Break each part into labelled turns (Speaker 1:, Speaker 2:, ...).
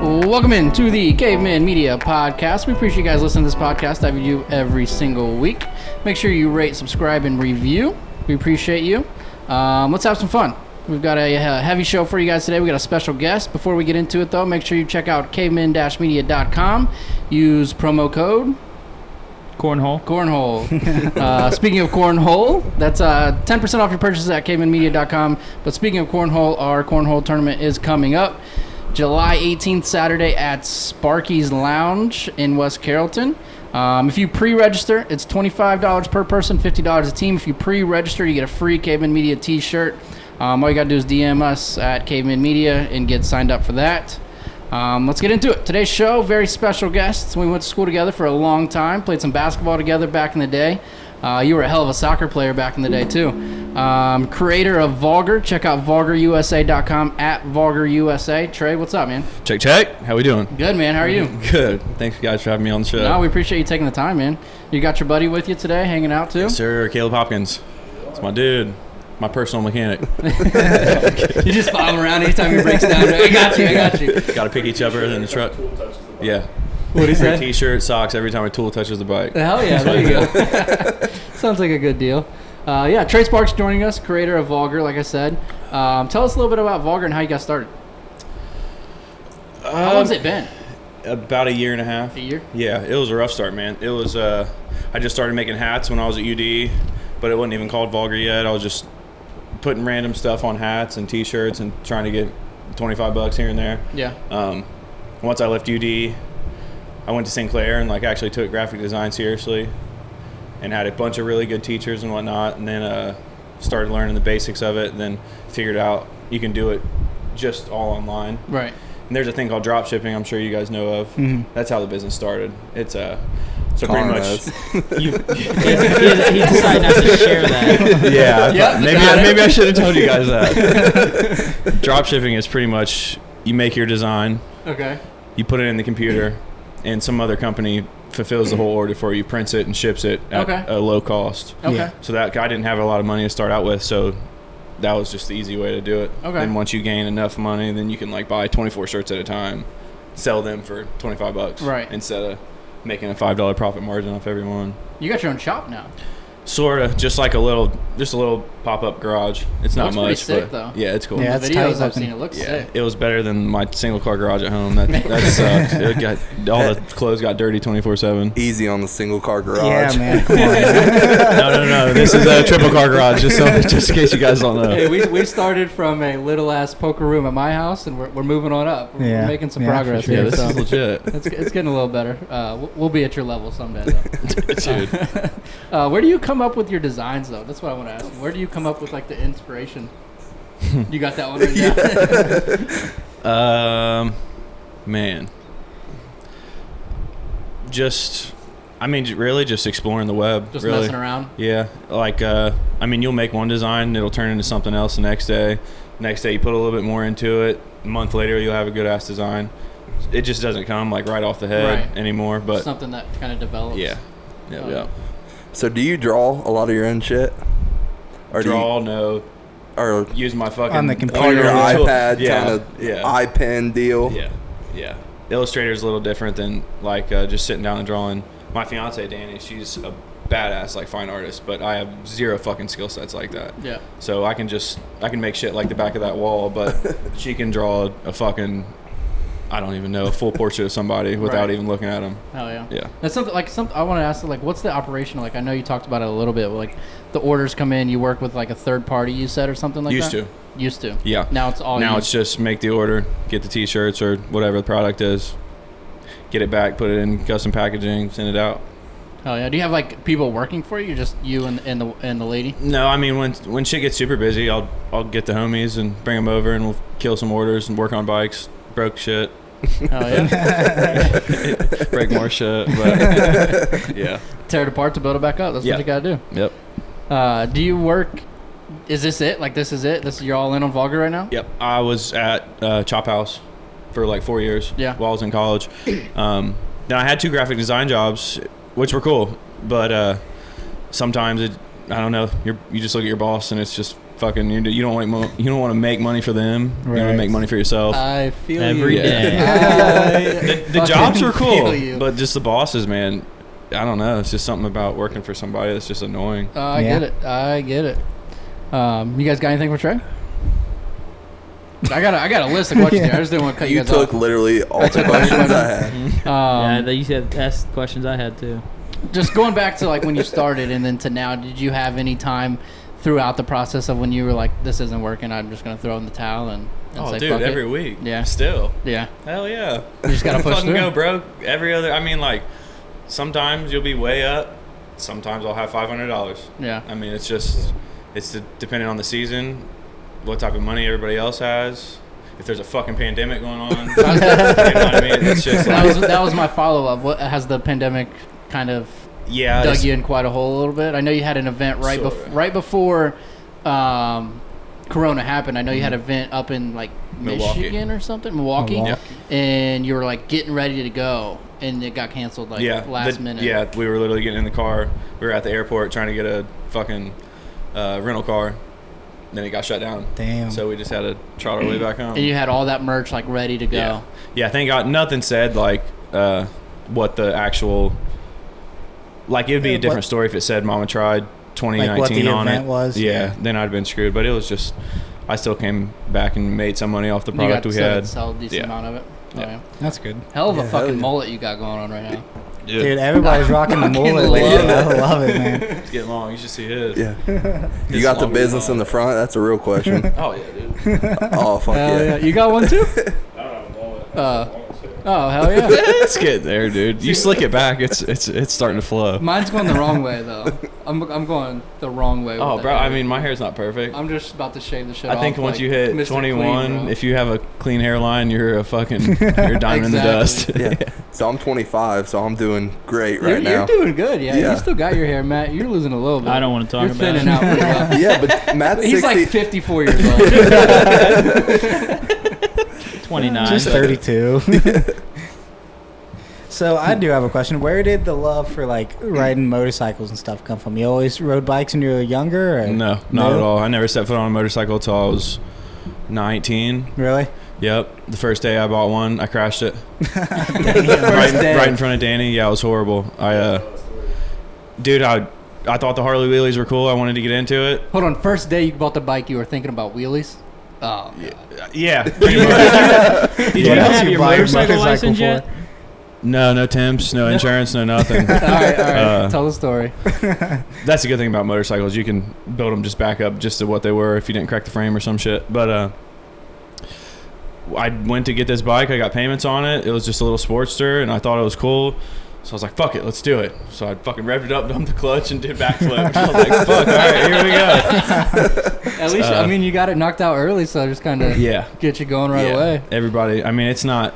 Speaker 1: Welcome in to the Caveman Media Podcast. We appreciate you guys listening to this podcast that we do every single week. Make sure you rate, subscribe, and review. We appreciate you. Um, let's have some fun. We've got a, uh heavy show for you guys today. We got a special guest. Before we get into it, though, make sure you check out caveman-media.com. Use promo code
Speaker 2: Cornhole.
Speaker 1: Cornhole. uh, speaking of cornhole, that's uh, 10% off your purchases at cavemanmedia.com. But speaking of cornhole, our cornhole tournament is coming up July 18th, Saturday at Sparky's Lounge in West Carrollton. Um, if you pre register, it's $25 per person, $50 a team. If you pre register, you get a free Caveman Media t shirt. Um, all you got to do is DM us at Caveman Media and get signed up for that. Um, let's get into it. Today's show, very special guests. We went to school together for a long time, played some basketball together back in the day. Uh, you were a hell of a soccer player back in the day, too. Um, creator of Vulgar. Check out vulgarusa.com at vulgarusa. Trey, what's up, man?
Speaker 3: Check, check. How we doing?
Speaker 1: Good, man. How are you?
Speaker 3: Good. Thanks, guys, for having me on the show.
Speaker 1: No, we appreciate you taking the time, man. You got your buddy with you today, hanging out, too?
Speaker 3: Sir Caleb Hopkins. It's my dude. My personal mechanic.
Speaker 1: You just follow him around anytime he breaks down. I got you, I got you.
Speaker 3: Got to pick each other in the truck. Yeah.
Speaker 1: What is
Speaker 3: Free T-shirt, socks every time a tool touches the bike.
Speaker 1: Hell yeah, there you go. Sounds like a good deal. Uh, yeah, Trey Sparks joining us, creator of Vulgar, like I said. Um, tell us a little bit about Vulgar and how you got started. How long's it been?
Speaker 3: About a year and a half.
Speaker 1: A year?
Speaker 3: Yeah, it was a rough start, man. It was. Uh, I just started making hats when I was at UD, but it wasn't even called Vulgar yet. I was just putting random stuff on hats and T-shirts and trying to get twenty-five bucks here and there.
Speaker 1: Yeah.
Speaker 3: Um, once I left UD, I went to St. Clair and like actually took graphic design seriously, and had a bunch of really good teachers and whatnot. And then uh, started learning the basics of it. And then figured out you can do it just all online.
Speaker 1: Right.
Speaker 3: And there's a thing called drop shipping. I'm sure you guys know of. That's how the business started. It's uh, so
Speaker 4: Calling
Speaker 3: pretty much. You,
Speaker 2: he, he decided not to share that.
Speaker 3: yeah, I
Speaker 1: Yep,
Speaker 3: thought- maybe
Speaker 1: got
Speaker 3: I,
Speaker 1: it.
Speaker 3: maybe I should have told you guys that. drop shipping is pretty much you make your design,
Speaker 1: Okay.
Speaker 3: you put it in the computer, and some other company fulfills the whole order for you, prints it, and ships it at
Speaker 1: Okay.
Speaker 3: a low cost.
Speaker 1: Okay.
Speaker 3: So that I didn't have a lot of money to start out with, so that was just the easy way to do it.
Speaker 1: Okay.
Speaker 3: And once you gain enough money, then you can like buy 24 shirts at a time, sell them for 25 bucks,
Speaker 1: Right.
Speaker 3: Instead of making a five dollar profit margin off every one.
Speaker 1: You got your own shop now.
Speaker 3: Sort of just like a little, just a little pop up garage. It's
Speaker 1: Looks
Speaker 3: not
Speaker 1: pretty
Speaker 3: much,
Speaker 1: sick,
Speaker 3: but
Speaker 1: though.
Speaker 3: yeah, it's cool.
Speaker 4: Yeah,
Speaker 1: the videos
Speaker 4: it's tight
Speaker 1: I've
Speaker 4: looking.
Speaker 1: seen, it looks
Speaker 3: Yeah,
Speaker 1: sick.
Speaker 3: it was better than my single car garage at home. That that sucked. It got all the clothes got dirty twenty four seven.
Speaker 4: Easy on the single car garage.
Speaker 2: Yeah, man. Come on.
Speaker 3: No, no, no. This is a triple car garage. Just so, just in case you guys don't know.
Speaker 1: Hey, we, we started from a little ass poker room at my house, and we're, we're moving on up. We're,
Speaker 2: Yeah.
Speaker 1: we're making some
Speaker 2: Yeah, for
Speaker 1: progress
Speaker 2: sure.
Speaker 3: yeah,
Speaker 1: here.
Speaker 3: this
Speaker 1: so
Speaker 3: is legit.
Speaker 1: it's, it's getting a little better. Uh, we'll, we'll be at your level someday. Though.
Speaker 3: Dude.
Speaker 1: Uh, where do you come up with your designs, though? That's what I want to ask. you. Where do you come up with like the inspiration? you got that one. Right
Speaker 3: Um, man, just I mean, j- really, just exploring the web.
Speaker 1: Just
Speaker 3: really.
Speaker 1: messing around.
Speaker 3: Yeah, like uh, I mean, you'll make one design, it'll turn into something else the next day. Next day, you put a little bit more into it. A month later, you'll have a good ass design. It just doesn't come like right off the head
Speaker 1: Right.
Speaker 3: anymore. But
Speaker 1: Something that kind of develops.
Speaker 3: yeah, yeah, yeah.
Speaker 4: So do you draw a lot of your own shit? Or
Speaker 3: Draw, no,
Speaker 4: do you, or
Speaker 3: use my fucking
Speaker 2: On the computer.
Speaker 4: on your
Speaker 3: Oh, tool.
Speaker 4: iPad
Speaker 3: yeah,
Speaker 4: kind of
Speaker 3: yeah.
Speaker 4: eye pen deal?
Speaker 3: Yeah, yeah. Illustrator's a little different than like uh, just sitting down and drawing. My fiance Danny, she's a badass like fine artist, but I have zero fucking skill sets like that.
Speaker 1: Yeah.
Speaker 3: So I can just I can make shit like the back of that wall, but she can draw a fucking I don't even know a full portrait of somebody without
Speaker 1: Right.
Speaker 3: even looking at them.
Speaker 1: Hell yeah.
Speaker 3: Yeah.
Speaker 1: That's something like something I want to ask. Like, what's the operational? Like, I know you talked about it a little bit. but, Like, the orders come in. You work with like a third party. You said or something like
Speaker 3: Used
Speaker 1: that. Used to. Used to.
Speaker 3: Yeah.
Speaker 1: Now it's all.
Speaker 3: now
Speaker 1: you.
Speaker 3: it's just make the order, get the T-shirts or whatever the product is, get it back, put it in custom packaging, send it out.
Speaker 1: Hell yeah. Do you have like people working for you? Or just you and, and the and the lady.
Speaker 3: No, I mean when when shit gets super busy, I'll I'll get the homies and bring them over, and we'll kill some orders and work on bikes, broke shit,
Speaker 1: Hell yeah.
Speaker 3: break more shit. But yeah,
Speaker 1: Tear it apart to build it back up. That's
Speaker 3: Yeah.
Speaker 1: what you gotta do.
Speaker 3: yep,
Speaker 1: Uh, do you work? Is this it? Like, this is it? This you're all in on Vulgar right now?
Speaker 3: yep. I was at uh, Chop House for like four years.
Speaker 1: Yeah.
Speaker 3: while I was in college. Um, then I had two graphic design jobs, which were cool, but uh, sometimes it I don't know. You're, you just look at your boss and it's just fucking you you don't want mo- you don't want to make money for them. You want
Speaker 2: Right.
Speaker 3: to make money for yourself.
Speaker 1: I feel
Speaker 2: Every
Speaker 1: you.
Speaker 2: day.
Speaker 3: the the jobs are cool,
Speaker 1: But
Speaker 3: but just the bosses, man. I don't know. It's just something about working for somebody that's just annoying.
Speaker 1: Uh, I
Speaker 2: Yeah.
Speaker 1: get it. I get it. Um, you guys got anything for Trey? I got a, I got a list of questions. here. I just didn't want to cut you,
Speaker 4: You
Speaker 1: guys
Speaker 4: took literally all the questions I had.
Speaker 1: off. Um,
Speaker 2: yeah, they used to ask questions I had too.
Speaker 1: just going back to like when you started and then to now, did you have any time throughout the process of when you were like, "This isn't working. I'm just gonna throw in the towel and, and
Speaker 3: Oh,
Speaker 1: say
Speaker 3: dude,
Speaker 1: fuck
Speaker 3: every
Speaker 1: it."
Speaker 3: week.
Speaker 1: Yeah.
Speaker 3: Still.
Speaker 1: Yeah,
Speaker 3: Hell yeah.
Speaker 1: you just gotta push
Speaker 3: fucking
Speaker 1: through.
Speaker 3: go, bro. Every other, I mean, like, sometimes you'll be way up. Sometimes I'll have five hundred dollars.
Speaker 1: Yeah,
Speaker 3: I mean, it's just, it's de- depending on the season, what type of money everybody else has. If there's a fucking pandemic going on, you know what I mean? It's just
Speaker 1: that
Speaker 3: like,
Speaker 1: was that was my follow up. What has the pandemic kind of
Speaker 3: yeah,
Speaker 1: dug
Speaker 3: it's-
Speaker 1: you in quite a hole a little bit. I know you had an event right
Speaker 3: Sorta.
Speaker 1: bef- right before um, Corona happened. I know you had an event up in like
Speaker 3: Mm-hmm. Milwaukee.
Speaker 1: Michigan or something, Milwaukee,
Speaker 2: Milwaukee.
Speaker 1: and you were like getting ready to go, and it got canceled like
Speaker 3: yeah,
Speaker 1: last
Speaker 3: the-
Speaker 1: minute.
Speaker 3: Yeah, we were literally getting in the car. We were at the airport trying to get a fucking uh, rental car. Then it got shut down.
Speaker 2: Damn.
Speaker 3: So we just had to trot our way back home.
Speaker 1: and you had all that merch like ready to go.
Speaker 3: Yeah. Yeah, thank God nothing said like uh, what the actual like it would be
Speaker 5: Uh,
Speaker 3: a different
Speaker 5: what-
Speaker 3: story if it said Mama tried 2019
Speaker 5: Like what the
Speaker 3: on
Speaker 5: event
Speaker 3: it.
Speaker 5: was?
Speaker 3: Yeah, then I'd been screwed, but it was just I still came back and made some money off the
Speaker 1: You got
Speaker 3: product
Speaker 1: to
Speaker 3: we
Speaker 1: sell,
Speaker 3: had.
Speaker 1: sell a decent
Speaker 3: Yeah.
Speaker 1: amount of it. Oh,
Speaker 3: Yeah.
Speaker 1: yeah.
Speaker 2: That's good.
Speaker 1: Hell of
Speaker 5: Yeah,
Speaker 1: a
Speaker 5: hell
Speaker 1: fucking
Speaker 5: yeah.
Speaker 1: mullet you got going on right now.
Speaker 5: Dude, everybody's rocking the
Speaker 1: Fucking
Speaker 5: mullet. lately.
Speaker 4: love
Speaker 5: I love it, man.
Speaker 3: It's getting long. You should see his.
Speaker 4: Yeah. You got the business in the front? That's a real question.
Speaker 3: Oh yeah, dude.
Speaker 4: oh, fuck
Speaker 1: Hell
Speaker 4: yeah.
Speaker 1: You got one too? Uh, oh hell yeah!
Speaker 3: Let's get there, dude. You slick it back. It's it's it's starting to flow.
Speaker 1: Mine's going the wrong way though. I'm, I'm going the wrong way. with
Speaker 3: Oh,
Speaker 1: it.
Speaker 3: bro. I mean, my hair's not perfect.
Speaker 1: I'm just about to shave the shit off.
Speaker 3: I think once
Speaker 1: like
Speaker 3: you hit
Speaker 1: Mr.
Speaker 3: 21,
Speaker 1: Clean, bro.
Speaker 3: if you have a clean hairline, you're a fucking you're a diamond in the dust.
Speaker 1: Exactly.
Speaker 4: Yeah. So I'm 25, so I'm doing great
Speaker 1: you're,
Speaker 4: right now.
Speaker 1: you're doing good, yeah.
Speaker 4: Yeah.
Speaker 1: You still got your hair, Matt. You're losing a little bit.
Speaker 2: I don't want to talk
Speaker 1: You're
Speaker 2: about
Speaker 1: thinning
Speaker 2: it.
Speaker 1: out pretty well.
Speaker 4: yeah, but Matt's
Speaker 1: He's
Speaker 4: 60.
Speaker 1: like 54 years old.
Speaker 2: 29.
Speaker 5: Just 32. so I do have a question. Where did the love for like riding motorcycles and stuff come from? You always rode bikes when you were younger? Or?
Speaker 3: No, not
Speaker 5: No?
Speaker 3: at all. I never set foot on a motorcycle until I was 19.
Speaker 5: Really?
Speaker 3: Yep. The first day I bought one, I crashed it.
Speaker 1: First
Speaker 3: right,
Speaker 1: day.
Speaker 3: right in front of Danny. Yeah, it was horrible. I, uh, dude, I, I thought the Harley wheelies were cool. I wanted to get into it.
Speaker 1: Hold on. First day you bought the bike, you were thinking about wheelies? Oh, yeah.
Speaker 3: Yeah. pretty much.
Speaker 2: Did
Speaker 5: Yeah.
Speaker 2: you
Speaker 5: Else
Speaker 2: have
Speaker 5: you
Speaker 2: your
Speaker 5: buy a
Speaker 2: motorcycle
Speaker 5: motorcycle
Speaker 2: license
Speaker 5: for?
Speaker 2: yet?
Speaker 3: No, no temps, no insurance, no nothing.
Speaker 1: All right, all right.
Speaker 3: Uh,
Speaker 1: Tell the story.
Speaker 3: That's the good thing about motorcycles. You can build them just back up just to what they were if you didn't crack the frame or some shit. But uh, I went to get this bike. I got payments on it. It was just a little Sportster, and I thought it was cool. So I was like, "Fuck it, let's do it." So I fucking revved it up, dumped the clutch, and did backflips. I was like, "Fuck, all right, here we go."
Speaker 1: At least,
Speaker 3: uh,
Speaker 1: I mean, you got it knocked out early, so just kind of
Speaker 3: Yeah,
Speaker 1: get you going right
Speaker 3: yeah.
Speaker 1: away.
Speaker 3: Everybody. I mean, it's not,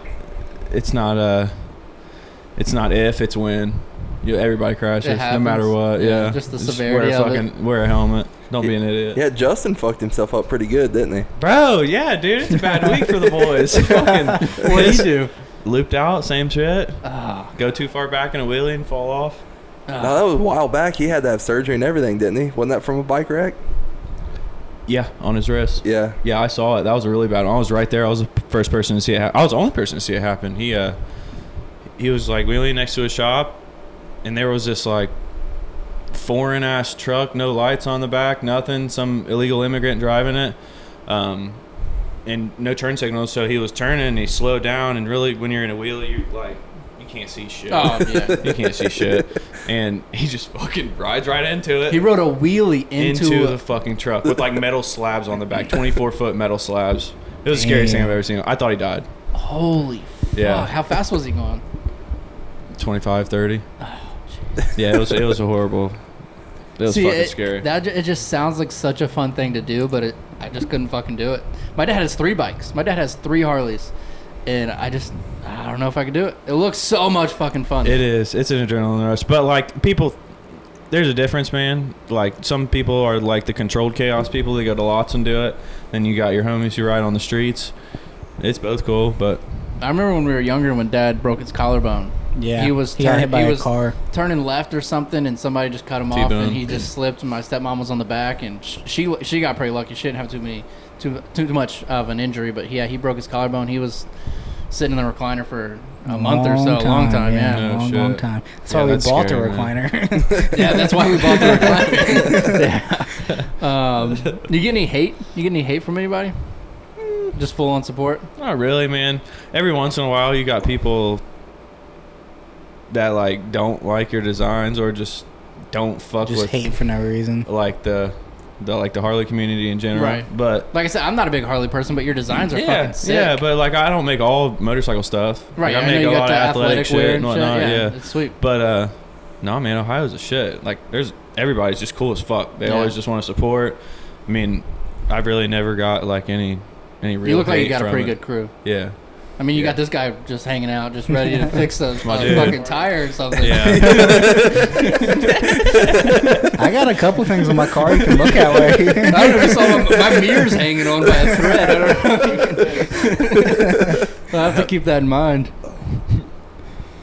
Speaker 3: it's not uh, it's not if, it's when. You, everybody crashes, no
Speaker 1: happens.
Speaker 3: matter what.
Speaker 1: Yeah,
Speaker 3: Yeah,
Speaker 1: just the
Speaker 3: wear
Speaker 1: severity
Speaker 3: a
Speaker 1: of it.
Speaker 3: fucking wear a helmet. Don't be an idiot.
Speaker 4: yeah, Justin fucked himself up pretty good, didn't he?
Speaker 3: Bro, yeah, dude, it's a bad week for the boys. Fucking
Speaker 1: What do you do?
Speaker 3: looped out, same shit.
Speaker 1: Ah,
Speaker 3: Go too far back in a wheelie and fall off.
Speaker 4: No, that was a while back. He had to have surgery and everything, didn't he? Wasn't that from a bike wreck?
Speaker 3: Yeah, on his wrist.
Speaker 4: Yeah.
Speaker 3: Yeah, I saw it. That was a really bad. One. I was right there. I was the first person to see it. Ha- I was the only person to see it happen. He uh, he was like wheeling next to his shop, and there was this like foreign ass truck, no lights on the back, nothing. Some illegal immigrant driving it, um, and no turn signals. So he was turning. and He slowed down, and really, when you're in a wheelie, you like you can't see shit.
Speaker 1: oh, yeah.
Speaker 3: You can't see shit, and he just fucking rides right into it
Speaker 1: He rode a wheelie
Speaker 3: into,
Speaker 1: into, a-
Speaker 3: the fucking truck with like metal slabs on the back, 24 foot metal slabs. It was the scariest thing I've ever seen. I thought he died.
Speaker 1: Holy
Speaker 3: Yeah.
Speaker 1: fuck. How fast was he going?
Speaker 3: 25, 30. yeah, it was it was horrible. It was fucking
Speaker 1: it,
Speaker 3: scary.
Speaker 1: That ju- it just sounds like such a fun thing to do, but it, I just couldn't fucking do it. My dad has three bikes. My dad has three Harleys, and I just I don't know if I could do it. It looks so much fucking fun.
Speaker 3: it is. It's an adrenaline rush, but like people. There's a difference, man. Like some people are like the controlled chaos people. They go to lots and do it. Then you got your homies who ride on the streets. It's both cool, but
Speaker 1: I remember when we were younger, when Dad broke his collarbone,
Speaker 5: Yeah,
Speaker 1: he was
Speaker 5: he got
Speaker 1: turn-
Speaker 5: hit by
Speaker 1: he
Speaker 5: a
Speaker 1: was
Speaker 5: car.
Speaker 1: turning left or something, and somebody just cut him off,
Speaker 6: T-bone.
Speaker 1: and he just slipped. And my stepmom was on the back, and sh- she she got pretty lucky. She didn't have too many too too much of an injury, but yeah, he broke his collarbone. He was sitting in the recliner for a month or so, a long time. Yeah,
Speaker 6: yeah.
Speaker 1: yeah,
Speaker 6: No
Speaker 5: long, long
Speaker 6: shit.
Speaker 5: time. That's
Speaker 6: Yeah,
Speaker 5: why we
Speaker 6: that's
Speaker 5: bought the
Speaker 6: scary, man.
Speaker 5: recliner.
Speaker 1: that's why we bought the recliner. yeah. Um, you get any hate? You get any hate from anybody?
Speaker 3: Mm.
Speaker 1: Just full on support.
Speaker 3: Not really, man. Every once in a while, you got people that like don't like your designs or just don't fuck
Speaker 5: Just
Speaker 3: with
Speaker 5: hate for no reason.
Speaker 3: like the the like the Harley community in general.
Speaker 1: Right.
Speaker 3: But
Speaker 1: Like I said, I'm not a big Harley person, but your designs are
Speaker 3: yeah,
Speaker 1: fucking sick.
Speaker 3: yeah. But like, I don't make all motorcycle stuff.
Speaker 1: right.
Speaker 3: Like,
Speaker 1: I,
Speaker 3: I make
Speaker 1: know
Speaker 3: a
Speaker 1: you
Speaker 3: lot
Speaker 1: got
Speaker 3: of
Speaker 1: the
Speaker 3: athletic,
Speaker 1: athletic
Speaker 3: shit
Speaker 1: wear
Speaker 3: and whatnot.
Speaker 1: shit.
Speaker 3: yeah.
Speaker 1: it's sweet.
Speaker 3: But uh, no, man, Ohio's a shit. Like, there's everybody's just cool as fuck. They
Speaker 1: Yeah.
Speaker 3: always just want to support. I mean, I've really never got like any any real.
Speaker 1: You look like you
Speaker 3: hate
Speaker 1: got a
Speaker 3: from
Speaker 1: pretty
Speaker 3: it.
Speaker 1: good crew.
Speaker 3: Yeah.
Speaker 1: I mean, you
Speaker 3: Yeah.
Speaker 1: got this guy just hanging out, just ready to fix a, a
Speaker 3: My dude.
Speaker 1: fucking tire or something.
Speaker 3: Yeah.
Speaker 5: I got a couple things on my car you can look at. Where
Speaker 1: I don't know if you saw my, my mirrors hanging on by a thread. I don't know. I'll have to keep that in mind.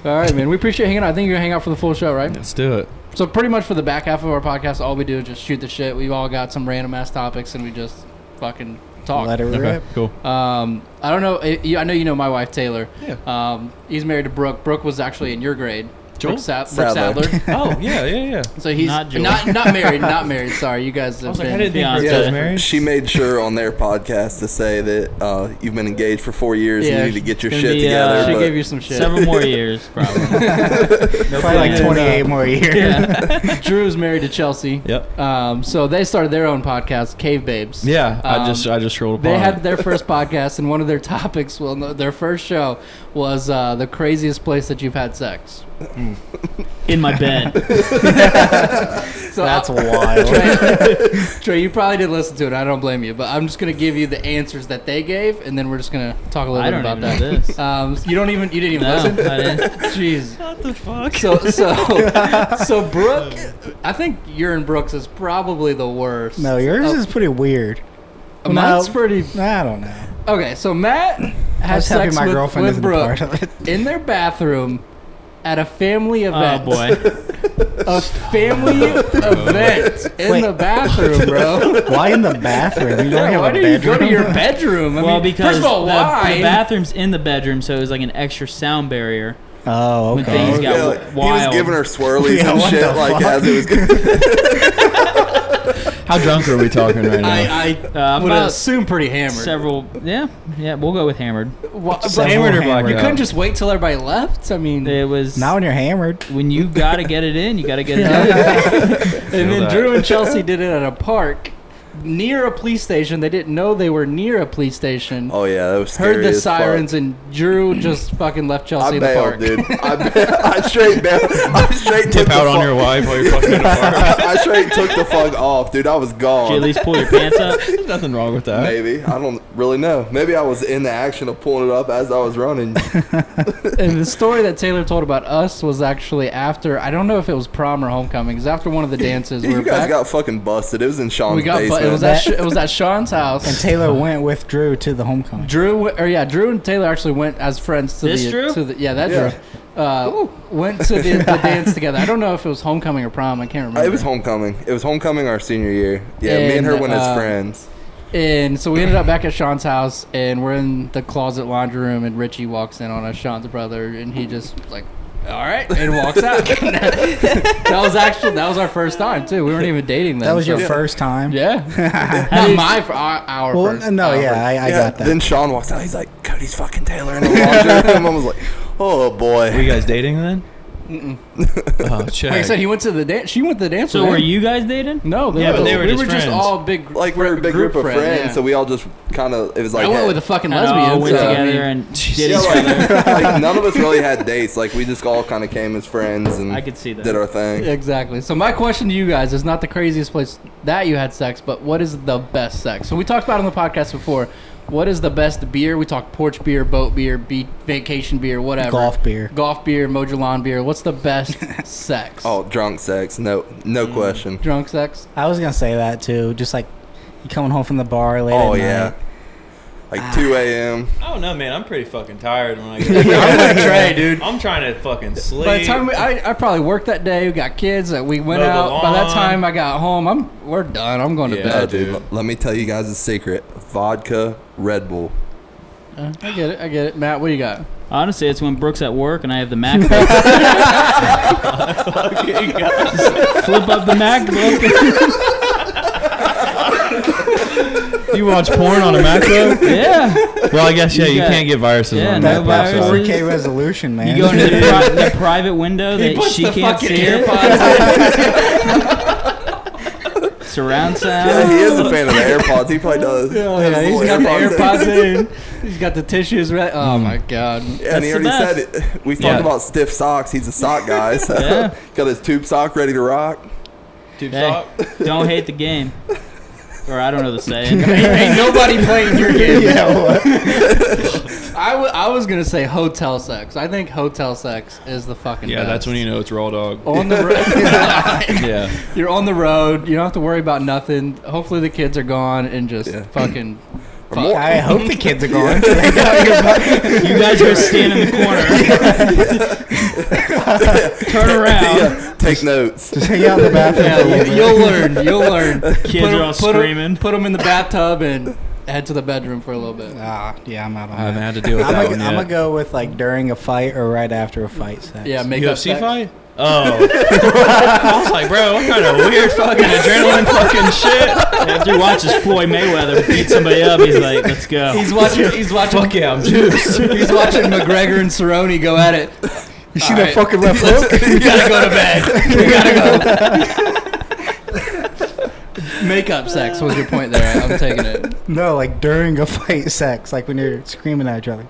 Speaker 1: All right, man. We appreciate hanging out. I think you're gonna hang out for the full show, right?
Speaker 3: Let's do it.
Speaker 1: So pretty much for the back half of our podcast, all we do is just shoot the shit. We've all got some random ass topics, and we just fucking talk.
Speaker 5: let it rip.
Speaker 3: Cool.
Speaker 1: Um, I don't know. I you- I know you know my wife Taylor.
Speaker 3: Yeah.
Speaker 1: Um, he's married to Brooke. Brooke was actually in your grade.
Speaker 3: Joel?
Speaker 1: Brooke, Sa- Brooke
Speaker 4: Sadler.
Speaker 1: Sadler.
Speaker 3: Oh yeah, yeah, yeah.
Speaker 1: So he's
Speaker 2: Not
Speaker 1: not
Speaker 2: Joel.
Speaker 1: not, married. Not married. Sorry, you guys have been.
Speaker 2: Beyonce.
Speaker 4: Yeah.
Speaker 3: married.
Speaker 4: She made sure on their podcast to say that uh, you've been engaged for four years
Speaker 1: Yeah,
Speaker 4: and you need to get your
Speaker 2: gonna
Speaker 4: shit
Speaker 2: be,
Speaker 4: together.
Speaker 2: uh,
Speaker 1: she
Speaker 4: but
Speaker 1: gave you some shit.
Speaker 2: Several more years, probably.
Speaker 5: Probably like 28 more years.
Speaker 1: Drew's married to Chelsea.
Speaker 3: Yep.
Speaker 1: Um, so they started their own podcast, Cave Babes.
Speaker 3: Yeah, I
Speaker 1: Um,
Speaker 3: just I just rolled.
Speaker 1: They
Speaker 3: upon
Speaker 1: had
Speaker 3: it.
Speaker 1: their first podcast, and one of their topics, well, no, their first show was uh, the craziest place that you've had sex.
Speaker 2: in my bed.
Speaker 1: So
Speaker 5: That's
Speaker 1: I-
Speaker 5: wild.
Speaker 1: Trey, Trey, you probably didn't listen to it. I don't blame you, but I'm just gonna give you the answers that they gave, and then we're just gonna talk a little
Speaker 2: I
Speaker 1: bit about
Speaker 2: don't even know
Speaker 1: that.
Speaker 2: this.
Speaker 1: Um, you don't even you didn't even
Speaker 2: No,
Speaker 1: listen.
Speaker 2: I didn't.
Speaker 1: Jeez.
Speaker 2: What the fuck?
Speaker 1: So so so Brooke, I think your and Brooks is probably the worst.
Speaker 5: No, yours is pretty weird.
Speaker 1: Uh, mine's
Speaker 5: no.
Speaker 1: pretty.
Speaker 5: I don't know.
Speaker 1: Okay, so Matt
Speaker 5: I
Speaker 1: has
Speaker 5: was happy
Speaker 1: sex
Speaker 5: my
Speaker 1: with,
Speaker 5: girlfriend
Speaker 1: with
Speaker 5: isn't a
Speaker 1: Brooke
Speaker 5: part of it.
Speaker 1: in their bathroom at a family
Speaker 2: oh
Speaker 1: event.
Speaker 2: boy.
Speaker 1: A family event in
Speaker 5: Wait.
Speaker 1: the bathroom, bro.
Speaker 5: Why in the bathroom? You don't
Speaker 1: Yeah,
Speaker 5: have
Speaker 1: why
Speaker 5: a
Speaker 1: do you
Speaker 5: bedroom.
Speaker 1: go to your bedroom? I
Speaker 2: well,
Speaker 1: mean,
Speaker 2: because
Speaker 1: first of all,
Speaker 2: the,
Speaker 1: why?
Speaker 2: the bathroom's in the bedroom, so it was like an extra sound barrier.
Speaker 5: Oh,
Speaker 2: When
Speaker 5: okay.
Speaker 2: things
Speaker 4: Yeah,
Speaker 2: got
Speaker 4: like,
Speaker 2: w-
Speaker 4: he was
Speaker 2: wild.
Speaker 4: giving her swirlies
Speaker 5: Yeah,
Speaker 4: and
Speaker 5: what
Speaker 4: shit
Speaker 5: the
Speaker 4: like
Speaker 5: fuck?
Speaker 4: as it was.
Speaker 6: How drunk are we talking right now?
Speaker 1: I, I
Speaker 2: Uh,
Speaker 1: would
Speaker 2: about
Speaker 1: assume pretty hammered.
Speaker 2: several. Yeah, yeah. We'll go with hammered.
Speaker 1: Wha- but
Speaker 5: Several
Speaker 1: hammered
Speaker 3: Oh,
Speaker 1: or
Speaker 5: hammered.
Speaker 1: You couldn't just wait till everybody left. I mean,
Speaker 2: It was
Speaker 5: Now when you're hammered.
Speaker 2: when you gotta get it in, you gotta get it in.
Speaker 1: and then
Speaker 3: that.
Speaker 1: Drew and Chelsea did it at a park near a police station. They didn't know they were near a police station.
Speaker 4: Oh yeah, that was scary
Speaker 1: Heard the
Speaker 4: as fuck.
Speaker 1: sirens and Drew just fucking left Chelsea
Speaker 4: I
Speaker 1: in the
Speaker 4: bailed,
Speaker 1: park.
Speaker 4: dude. I, ba- I straight bailed. I straight took
Speaker 3: Tip
Speaker 4: the
Speaker 3: out on
Speaker 4: fuck-
Speaker 3: your wife while you're fucking in a bar.
Speaker 4: I straight took the fuck off, dude. I was
Speaker 2: Did you at
Speaker 4: gone.
Speaker 2: least pull your pants up?
Speaker 3: There's nothing wrong with that.
Speaker 4: Maybe I don't really know. Maybe I was in the action of pulling it up as I was running.
Speaker 1: And the story that Taylor told about us was actually after I don't know if it was prom or homecoming. It was after one of the dances. we
Speaker 4: you
Speaker 1: were
Speaker 4: guys
Speaker 1: back.
Speaker 4: got fucking busted. It was in Sean's
Speaker 1: we got. But
Speaker 4: basement.
Speaker 1: it was at Sh- it was at Sean's house.
Speaker 5: And Taylor went with Drew to the homecoming.
Speaker 1: Drew or yeah, Drew and Taylor actually went as friends to
Speaker 2: This
Speaker 1: the
Speaker 2: Drew?
Speaker 1: to the yeah that
Speaker 4: Yeah.
Speaker 1: Drew uh, went to the, the dance together. I don't know if it was homecoming or prom. I can't remember.
Speaker 4: it was homecoming. It was homecoming our senior year. Yeah, me and her
Speaker 1: And,
Speaker 4: went as
Speaker 1: uh,
Speaker 4: friends.
Speaker 1: And so we ended up back at Sean's house, and we're in the closet laundry room, and Richie walks in on us, Sean's brother, and he just like. All right, and walks out. that was actually that was our first time too. We weren't even dating then.
Speaker 5: That was your
Speaker 1: so-
Speaker 5: first time.
Speaker 1: yeah. Not my fir- our, our
Speaker 5: Well,
Speaker 1: first.
Speaker 5: no,
Speaker 1: our
Speaker 5: yeah,
Speaker 1: first.
Speaker 5: I, I
Speaker 4: yeah,
Speaker 5: got that.
Speaker 4: Then Sean walks out. He's like, Cody's fucking Taylor in the laundry room. I was like, oh boy.
Speaker 3: Were you guys dating then? Mm-mm. Oh, check.
Speaker 1: Like I said, he went to the dance. She went to the dance.
Speaker 2: So
Speaker 1: with
Speaker 2: were
Speaker 1: him.
Speaker 2: you guys dating?
Speaker 1: No, they
Speaker 3: Yeah,
Speaker 1: were,
Speaker 3: but they were
Speaker 1: we
Speaker 3: just
Speaker 1: were just
Speaker 3: friends.
Speaker 1: all big.
Speaker 4: like we're a big group, of friends,
Speaker 1: yeah.
Speaker 4: so we all just kind of it was like
Speaker 1: I went
Speaker 4: hey-
Speaker 1: with a fucking
Speaker 2: And all
Speaker 1: lesbian.
Speaker 2: went
Speaker 1: so, uh, I
Speaker 2: together
Speaker 1: mean,
Speaker 2: and did
Speaker 4: Yeah,
Speaker 2: each other.
Speaker 4: like, like, none of us really had dates. Like we just all kind of came as friends and
Speaker 2: I could see that.
Speaker 4: did our thing.
Speaker 1: Exactly. So my question to you guys is not the craziest place that you had sex, but what is the best sex? So we talked about it on the podcast before. What is the best beer? We talked porch beer, boat beer, beach, vacation beer, whatever.
Speaker 5: Golf beer.
Speaker 1: Golf beer, Mojo Lawn beer. What's the best sex?
Speaker 4: Oh, drunk sex, no, no
Speaker 2: Mm.
Speaker 4: question.
Speaker 1: drunk sex.
Speaker 5: I was gonna say that too. Just like you coming home from the bar late.
Speaker 4: Oh
Speaker 5: at
Speaker 4: yeah,
Speaker 5: night,
Speaker 4: Like 2 a.m.
Speaker 3: I don't know, oh, man. I'm pretty fucking tired when I get.
Speaker 1: I'm like Trey, dude.
Speaker 3: I'm trying to fucking sleep.
Speaker 1: By the time we, I, I probably worked that day, we got kids that we went
Speaker 3: Mowed the
Speaker 1: out. By that
Speaker 3: lawn.
Speaker 1: time I got home, I'm we're done. I'm going to
Speaker 3: Yeah.
Speaker 4: Oh,
Speaker 1: bed.
Speaker 4: dude.
Speaker 3: dude.
Speaker 4: l- Let me tell you guys a secret. Vodka, Red Bull.
Speaker 1: Uh, I get it. I get it. Matt, what do you got?
Speaker 2: Honestly, it's when Brooks at work and I have the MacBook. Flip up the MacBook.
Speaker 6: You watch porn on a MacBook?
Speaker 2: yeah.
Speaker 6: Well, I guess yeah,
Speaker 2: You
Speaker 6: you
Speaker 2: got-
Speaker 6: can't get viruses
Speaker 2: yeah,
Speaker 6: on
Speaker 2: no
Speaker 6: a MacBook. so-
Speaker 2: viruses.
Speaker 5: 4K resolution, man.
Speaker 2: You go into the, pri- the private window that she can't see it. Surround
Speaker 4: Yeah,
Speaker 2: sound.
Speaker 4: he is a fan of the AirPods. He probably does.
Speaker 1: Oh, yeah,
Speaker 4: Little
Speaker 1: he's got the
Speaker 4: AirPods
Speaker 1: AirPods in. He's got the tissues ready. Oh my god.
Speaker 4: Yeah, and he already
Speaker 2: That's
Speaker 4: said
Speaker 2: the
Speaker 4: it. We've
Speaker 6: Yeah.
Speaker 4: talked about stiff socks. He's a sock guy. So
Speaker 2: Yeah.
Speaker 4: got his tube sock ready to rock.
Speaker 3: Tube
Speaker 2: Hey,
Speaker 3: sock.
Speaker 2: don't hate the game. Or I don't know the saying.
Speaker 1: Ain't nobody playing your game. yeah, I wa- I was gonna say hotel sex. I think hotel sex is the fucking.
Speaker 3: Yeah, that's when you know it's raw dog.
Speaker 1: on the road.
Speaker 3: Yeah.
Speaker 1: You're on the road. You don't have to worry about nothing. Hopefully the kids are gone and just
Speaker 4: Yeah.
Speaker 1: fucking.
Speaker 4: Or more.
Speaker 5: I hope the kids are gone.
Speaker 2: You guys go stand in the corner. Turn around.
Speaker 4: yeah, take notes.
Speaker 5: Just hang out in the bathroom. for a
Speaker 1: Yeah,
Speaker 5: little
Speaker 1: you,
Speaker 5: bit.
Speaker 1: you'll learn. You'll learn.
Speaker 2: Kids are all
Speaker 1: put 'em-
Speaker 2: screaming.
Speaker 1: Put them in the bathtub and head to the bedroom for a little bit.
Speaker 5: Ah, yeah, I'm out on
Speaker 6: I haven't
Speaker 5: that.
Speaker 6: had to deal with
Speaker 5: I'm
Speaker 6: that
Speaker 5: gonna
Speaker 6: one
Speaker 5: I'm
Speaker 6: yet.
Speaker 5: gonna go with like during a fight or right after a fight. Sex.
Speaker 1: Yeah, make up
Speaker 3: UFC
Speaker 1: sex.
Speaker 3: fight? Oh. I was like, bro, what kind of weird fucking adrenaline fucking shit?
Speaker 2: After he watches Floyd Mayweather beat somebody up, he's like, let's go.
Speaker 1: He's watching. He's watching.
Speaker 3: Fuck yeah, I'm juiced.
Speaker 1: He's watching McGregor and Cerrone go at it.
Speaker 5: you
Speaker 1: see that Alright.
Speaker 5: fucking left hook?
Speaker 1: We gotta go to bed. We gotta go. Makeup sex was your point there. I'm taking it.
Speaker 5: no, like during a fight, sex, like when you're screaming at each other.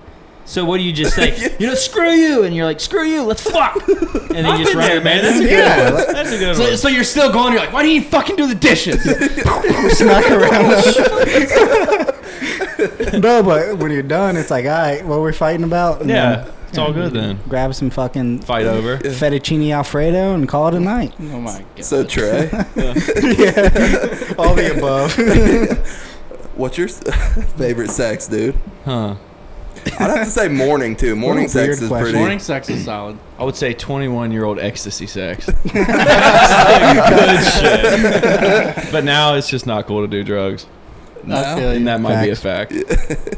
Speaker 2: So what do you just say? You know, screw you, and you're like, screw you, let's fuck. And then you just run
Speaker 3: been there,
Speaker 2: your
Speaker 3: man.
Speaker 2: man. That's a good
Speaker 5: Yeah,
Speaker 2: one. That's a good
Speaker 1: So,
Speaker 2: one.
Speaker 1: so you're still going. You're like, why do you fucking do the dishes?
Speaker 5: smack around. no, but when you're done, it's like, all right, what we're fighting about? and then
Speaker 3: Yeah, it's all good then.
Speaker 5: grab some fucking
Speaker 3: Fight over.
Speaker 5: fettuccine alfredo and call it a night.
Speaker 1: Oh my god.
Speaker 4: So Trey,
Speaker 5: yeah, all the above.
Speaker 4: what's your s- favorite sex, dude?
Speaker 3: Huh.
Speaker 4: I'd have to say morning too. Morning
Speaker 5: Ooh,
Speaker 4: sex
Speaker 5: weird
Speaker 4: is
Speaker 5: question.
Speaker 4: pretty.
Speaker 1: Morning sex is solid.
Speaker 3: I would say 21 year old ecstasy sex. good shit. But now it's just not cool to do drugs.
Speaker 1: I feel you.
Speaker 3: And that might be a
Speaker 5: Facts.
Speaker 3: fact.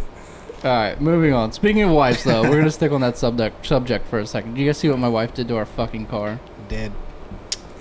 Speaker 1: All right, moving on. Speaking of wives, though, we're gonna stick on that subject subject for a second. Did you guys see what my wife did to our fucking car?
Speaker 5: Dead.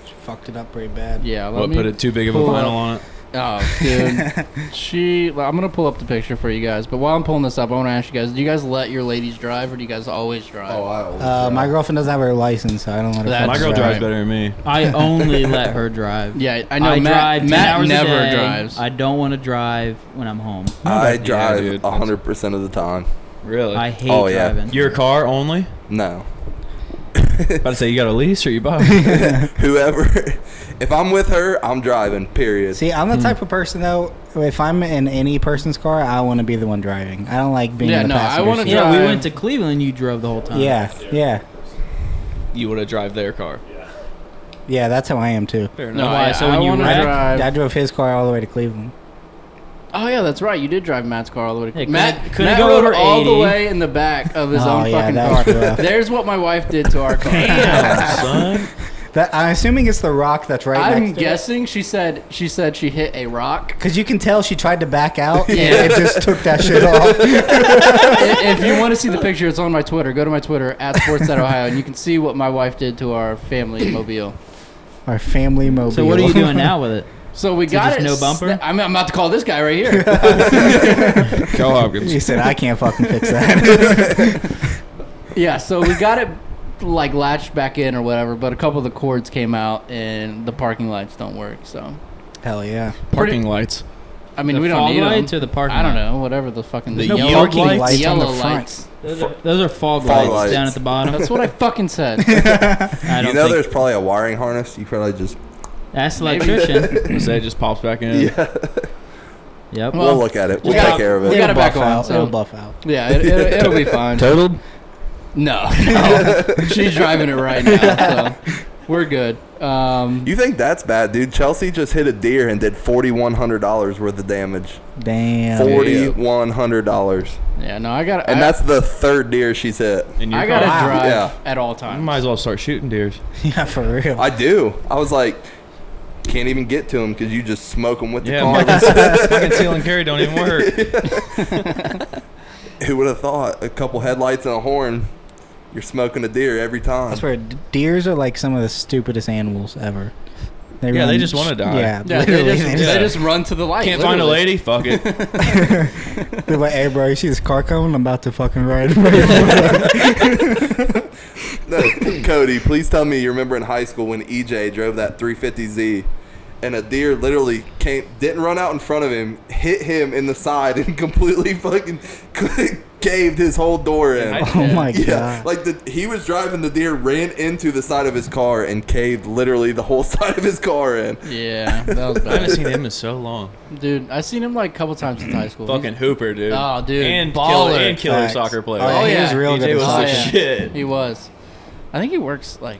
Speaker 5: She fucked it up pretty bad.
Speaker 1: Yeah, let
Speaker 3: What,
Speaker 1: me
Speaker 3: put it too big of a
Speaker 1: pull
Speaker 3: vinyl
Speaker 1: up-
Speaker 3: on it?
Speaker 1: Oh, dude. she. well, I'm gonna pull up the picture for you guys. But while I'm pulling this up, I want to ask you guys: Do you guys let your ladies drive, or do you guys always drive?
Speaker 4: Oh, I always
Speaker 5: Uh, my girlfriend doesn't have her license, so I don't let her.
Speaker 1: That's
Speaker 3: My
Speaker 5: fucking
Speaker 3: girl
Speaker 1: right.
Speaker 5: drive.
Speaker 3: drives better than me.
Speaker 2: I only let her drive.
Speaker 1: yeah, I know. Matt,
Speaker 2: drive 10
Speaker 1: Matt
Speaker 2: hours a
Speaker 1: never
Speaker 2: day.
Speaker 1: drives.
Speaker 2: I don't want to drive when I'm home.
Speaker 4: I
Speaker 3: Yeah,
Speaker 4: drive
Speaker 3: dude.
Speaker 4: 100% of the time.
Speaker 3: Really?
Speaker 2: I hate
Speaker 4: Oh, yeah.
Speaker 2: driving.
Speaker 3: Your car only?
Speaker 4: No.
Speaker 3: About to say, you got a lease or you buy?
Speaker 4: Whoever, if I'm with her, I'm driving, period.
Speaker 5: See,
Speaker 1: Hmm.
Speaker 5: I'm the type of person though. If I'm in any person's car, I want to be the one driving. I don't like being.
Speaker 1: Yeah,
Speaker 5: in
Speaker 1: no,
Speaker 5: the
Speaker 1: I
Speaker 5: passenger
Speaker 1: wanna
Speaker 5: seat.
Speaker 2: yeah, we
Speaker 1: drive.
Speaker 2: went to Cleveland. You drove the whole time.
Speaker 5: Yeah, yeah,
Speaker 3: you would have drive their car.
Speaker 5: yeah. That's how I am too.
Speaker 3: Fair
Speaker 1: no,
Speaker 2: Why?
Speaker 1: I,
Speaker 2: So
Speaker 1: I
Speaker 2: when you
Speaker 1: wanna
Speaker 2: wreck-
Speaker 1: drive.
Speaker 5: I drove his car all the way to Cleveland.
Speaker 1: Oh yeah, that's right. You did drive Matt's car all the way. To,
Speaker 2: Yeah, couldn't-
Speaker 1: Matt
Speaker 2: couldn't
Speaker 1: Matt
Speaker 2: go
Speaker 1: rode
Speaker 2: over
Speaker 1: all the
Speaker 2: 80.
Speaker 1: way in the back of his
Speaker 5: Oh,
Speaker 1: own
Speaker 5: yeah,
Speaker 1: fucking
Speaker 5: that
Speaker 1: car.
Speaker 5: was rough.
Speaker 1: There's what my wife did to our car.
Speaker 3: son.
Speaker 5: That I'm assuming it's the rock that's right
Speaker 1: I'm
Speaker 5: next to
Speaker 1: guessing she said she said she hit a rock.
Speaker 5: Because you can tell she tried to back out. and
Speaker 1: Yeah.
Speaker 5: it just took that shit off.
Speaker 1: if if you want to see the picture, it's on my Twitter. Go to my Twitter at Sports Ohio, and you can see what my wife did to our family mobile.
Speaker 5: Our family mobile.
Speaker 2: So what are you doing now with it?
Speaker 1: So we
Speaker 2: So
Speaker 1: got
Speaker 2: just
Speaker 1: it.
Speaker 2: no bumper?
Speaker 1: sna- I'm, I'm about to call this guy right here.
Speaker 3: Cal
Speaker 5: He
Speaker 3: Hopkins.
Speaker 5: said, "I can't fucking fix that."
Speaker 1: Yeah, so we got it like latched back in or whatever, but a couple of the cords came out and the parking lights don't work. So
Speaker 5: Hell yeah.
Speaker 3: Parking lights.
Speaker 1: I mean,
Speaker 2: The
Speaker 1: we don't
Speaker 2: fog
Speaker 1: need
Speaker 2: lights
Speaker 1: them.
Speaker 2: or the parking
Speaker 1: I don't
Speaker 2: lot?
Speaker 1: know, whatever the fucking
Speaker 3: The
Speaker 1: There's no
Speaker 3: yellow
Speaker 1: parking
Speaker 5: lights? lights on
Speaker 1: yellow
Speaker 5: the front.
Speaker 1: lights.
Speaker 2: Those are, those are fog,
Speaker 4: Fog
Speaker 2: lights,
Speaker 4: lights.
Speaker 2: down at the bottom.
Speaker 1: That's what I fucking said.
Speaker 2: I don't
Speaker 4: you know,
Speaker 2: think-
Speaker 4: there's probably a wiring harness. You probably just
Speaker 2: That's
Speaker 1: Maybe.
Speaker 2: electrician.
Speaker 3: Say it just pops back in.
Speaker 2: yep.
Speaker 1: Well,
Speaker 4: we'll look at it. We'll
Speaker 1: we got-
Speaker 4: take care of
Speaker 1: we
Speaker 4: it.
Speaker 1: got- gotta
Speaker 5: It'll
Speaker 1: back
Speaker 5: buff
Speaker 1: on,
Speaker 5: out.
Speaker 1: so-
Speaker 5: It'll buff out.
Speaker 1: yeah, it, it, it'll be fine.
Speaker 6: Totaled?
Speaker 1: No, no. she's driving it right now. So. We're good. Um,
Speaker 4: You think that's bad, dude? Chelsea just hit a deer and did forty one hundred dollars worth of damage.
Speaker 5: Damn.
Speaker 4: Forty one hundred dollars,
Speaker 1: yeah, no, I got.
Speaker 4: and
Speaker 1: I,
Speaker 4: that's the third deer she's hit.
Speaker 3: And you
Speaker 1: I got to
Speaker 5: Wow.
Speaker 1: drive
Speaker 4: Yeah.
Speaker 1: at all
Speaker 3: I
Speaker 1: times.
Speaker 3: might as well start shooting deers.
Speaker 5: Yeah, for real.
Speaker 4: I do. I was like, can't even get to him because you just smoke him with the
Speaker 3: Yeah,
Speaker 4: car.
Speaker 3: my conceal and carry don't even work.
Speaker 4: Who would have thought? A couple headlights and a horn, you're smoking a deer every time.
Speaker 5: I swear, d- deers are like some of the stupidest animals ever. They
Speaker 3: Yeah, they
Speaker 5: run
Speaker 3: just
Speaker 5: s-
Speaker 3: wanna die.
Speaker 5: Yeah,
Speaker 1: Yeah, they
Speaker 5: literally.
Speaker 1: just,
Speaker 5: They
Speaker 1: they
Speaker 5: just-
Speaker 1: just run to the light.
Speaker 3: Can't find a
Speaker 1: literally.
Speaker 3: lady? Fuck it.
Speaker 5: They're like, hey, bro, you see this car coming? I'm about to fucking Oh ride. Right
Speaker 4: No, Cody, please tell me you remember in high school when EJ drove that 350Z and a deer literally came, didn't run out in front of him, hit him in the side, and completely fucking caved his whole door in.
Speaker 3: I-
Speaker 5: oh my
Speaker 4: yeah,
Speaker 5: god.
Speaker 4: like the, he was driving, the deer ran into the side of his car and caved literally the whole side of his car in.
Speaker 1: Yeah, that was
Speaker 3: I haven't
Speaker 1: bad.
Speaker 3: seen him in so long.
Speaker 1: dude, I seen him like a couple times since high school.
Speaker 3: Fucking Hooper, dude.
Speaker 1: Oh, dude,
Speaker 3: And killer,
Speaker 1: baller.
Speaker 3: and killer
Speaker 5: Facts.
Speaker 3: soccer player.
Speaker 5: Oh,
Speaker 1: Oh,
Speaker 5: yeah, he was
Speaker 1: yeah.
Speaker 5: real
Speaker 3: DJ
Speaker 5: good.
Speaker 3: was
Speaker 1: Oh,
Speaker 3: the
Speaker 5: at soccer.
Speaker 1: yeah.
Speaker 3: shit.
Speaker 1: He was. I think he works like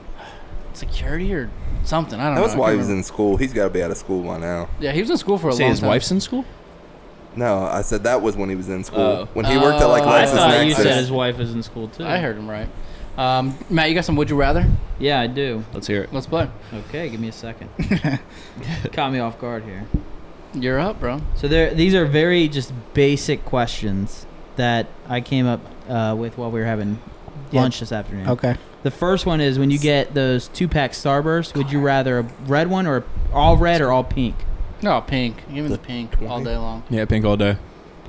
Speaker 1: security or something. I don't
Speaker 4: That
Speaker 1: know.
Speaker 4: was
Speaker 1: Uh, I
Speaker 4: why he
Speaker 1: can't
Speaker 4: was
Speaker 1: remember.
Speaker 4: in school. He's got to be out of school by now.
Speaker 1: Yeah, he was in school for a
Speaker 6: Say
Speaker 1: long
Speaker 6: his
Speaker 1: time.
Speaker 6: wife's in school.
Speaker 4: No, I said that was when he was in school.
Speaker 6: Oh.
Speaker 4: When he worked at like
Speaker 1: Oh.
Speaker 2: I
Speaker 1: Lexus
Speaker 2: thought you
Speaker 4: LexisNexis.
Speaker 2: said his wife is in school too.
Speaker 1: I heard him right. Um, Matt, you got some would you rather?
Speaker 2: Yeah, I do.
Speaker 6: Let's hear it.
Speaker 1: Let's play.
Speaker 2: Okay, give me a second. Caught me off guard here.
Speaker 1: You're up, bro.
Speaker 2: So there, these are very just basic questions that I came up uh, with while we were having
Speaker 5: Yeah.
Speaker 2: lunch this afternoon.
Speaker 5: Okay.
Speaker 2: The first one is when you get those two pack Starbursts, would you rather a red one or all red or all pink?
Speaker 1: No, pink. Give me the pink all day long.
Speaker 6: Yeah, pink all day.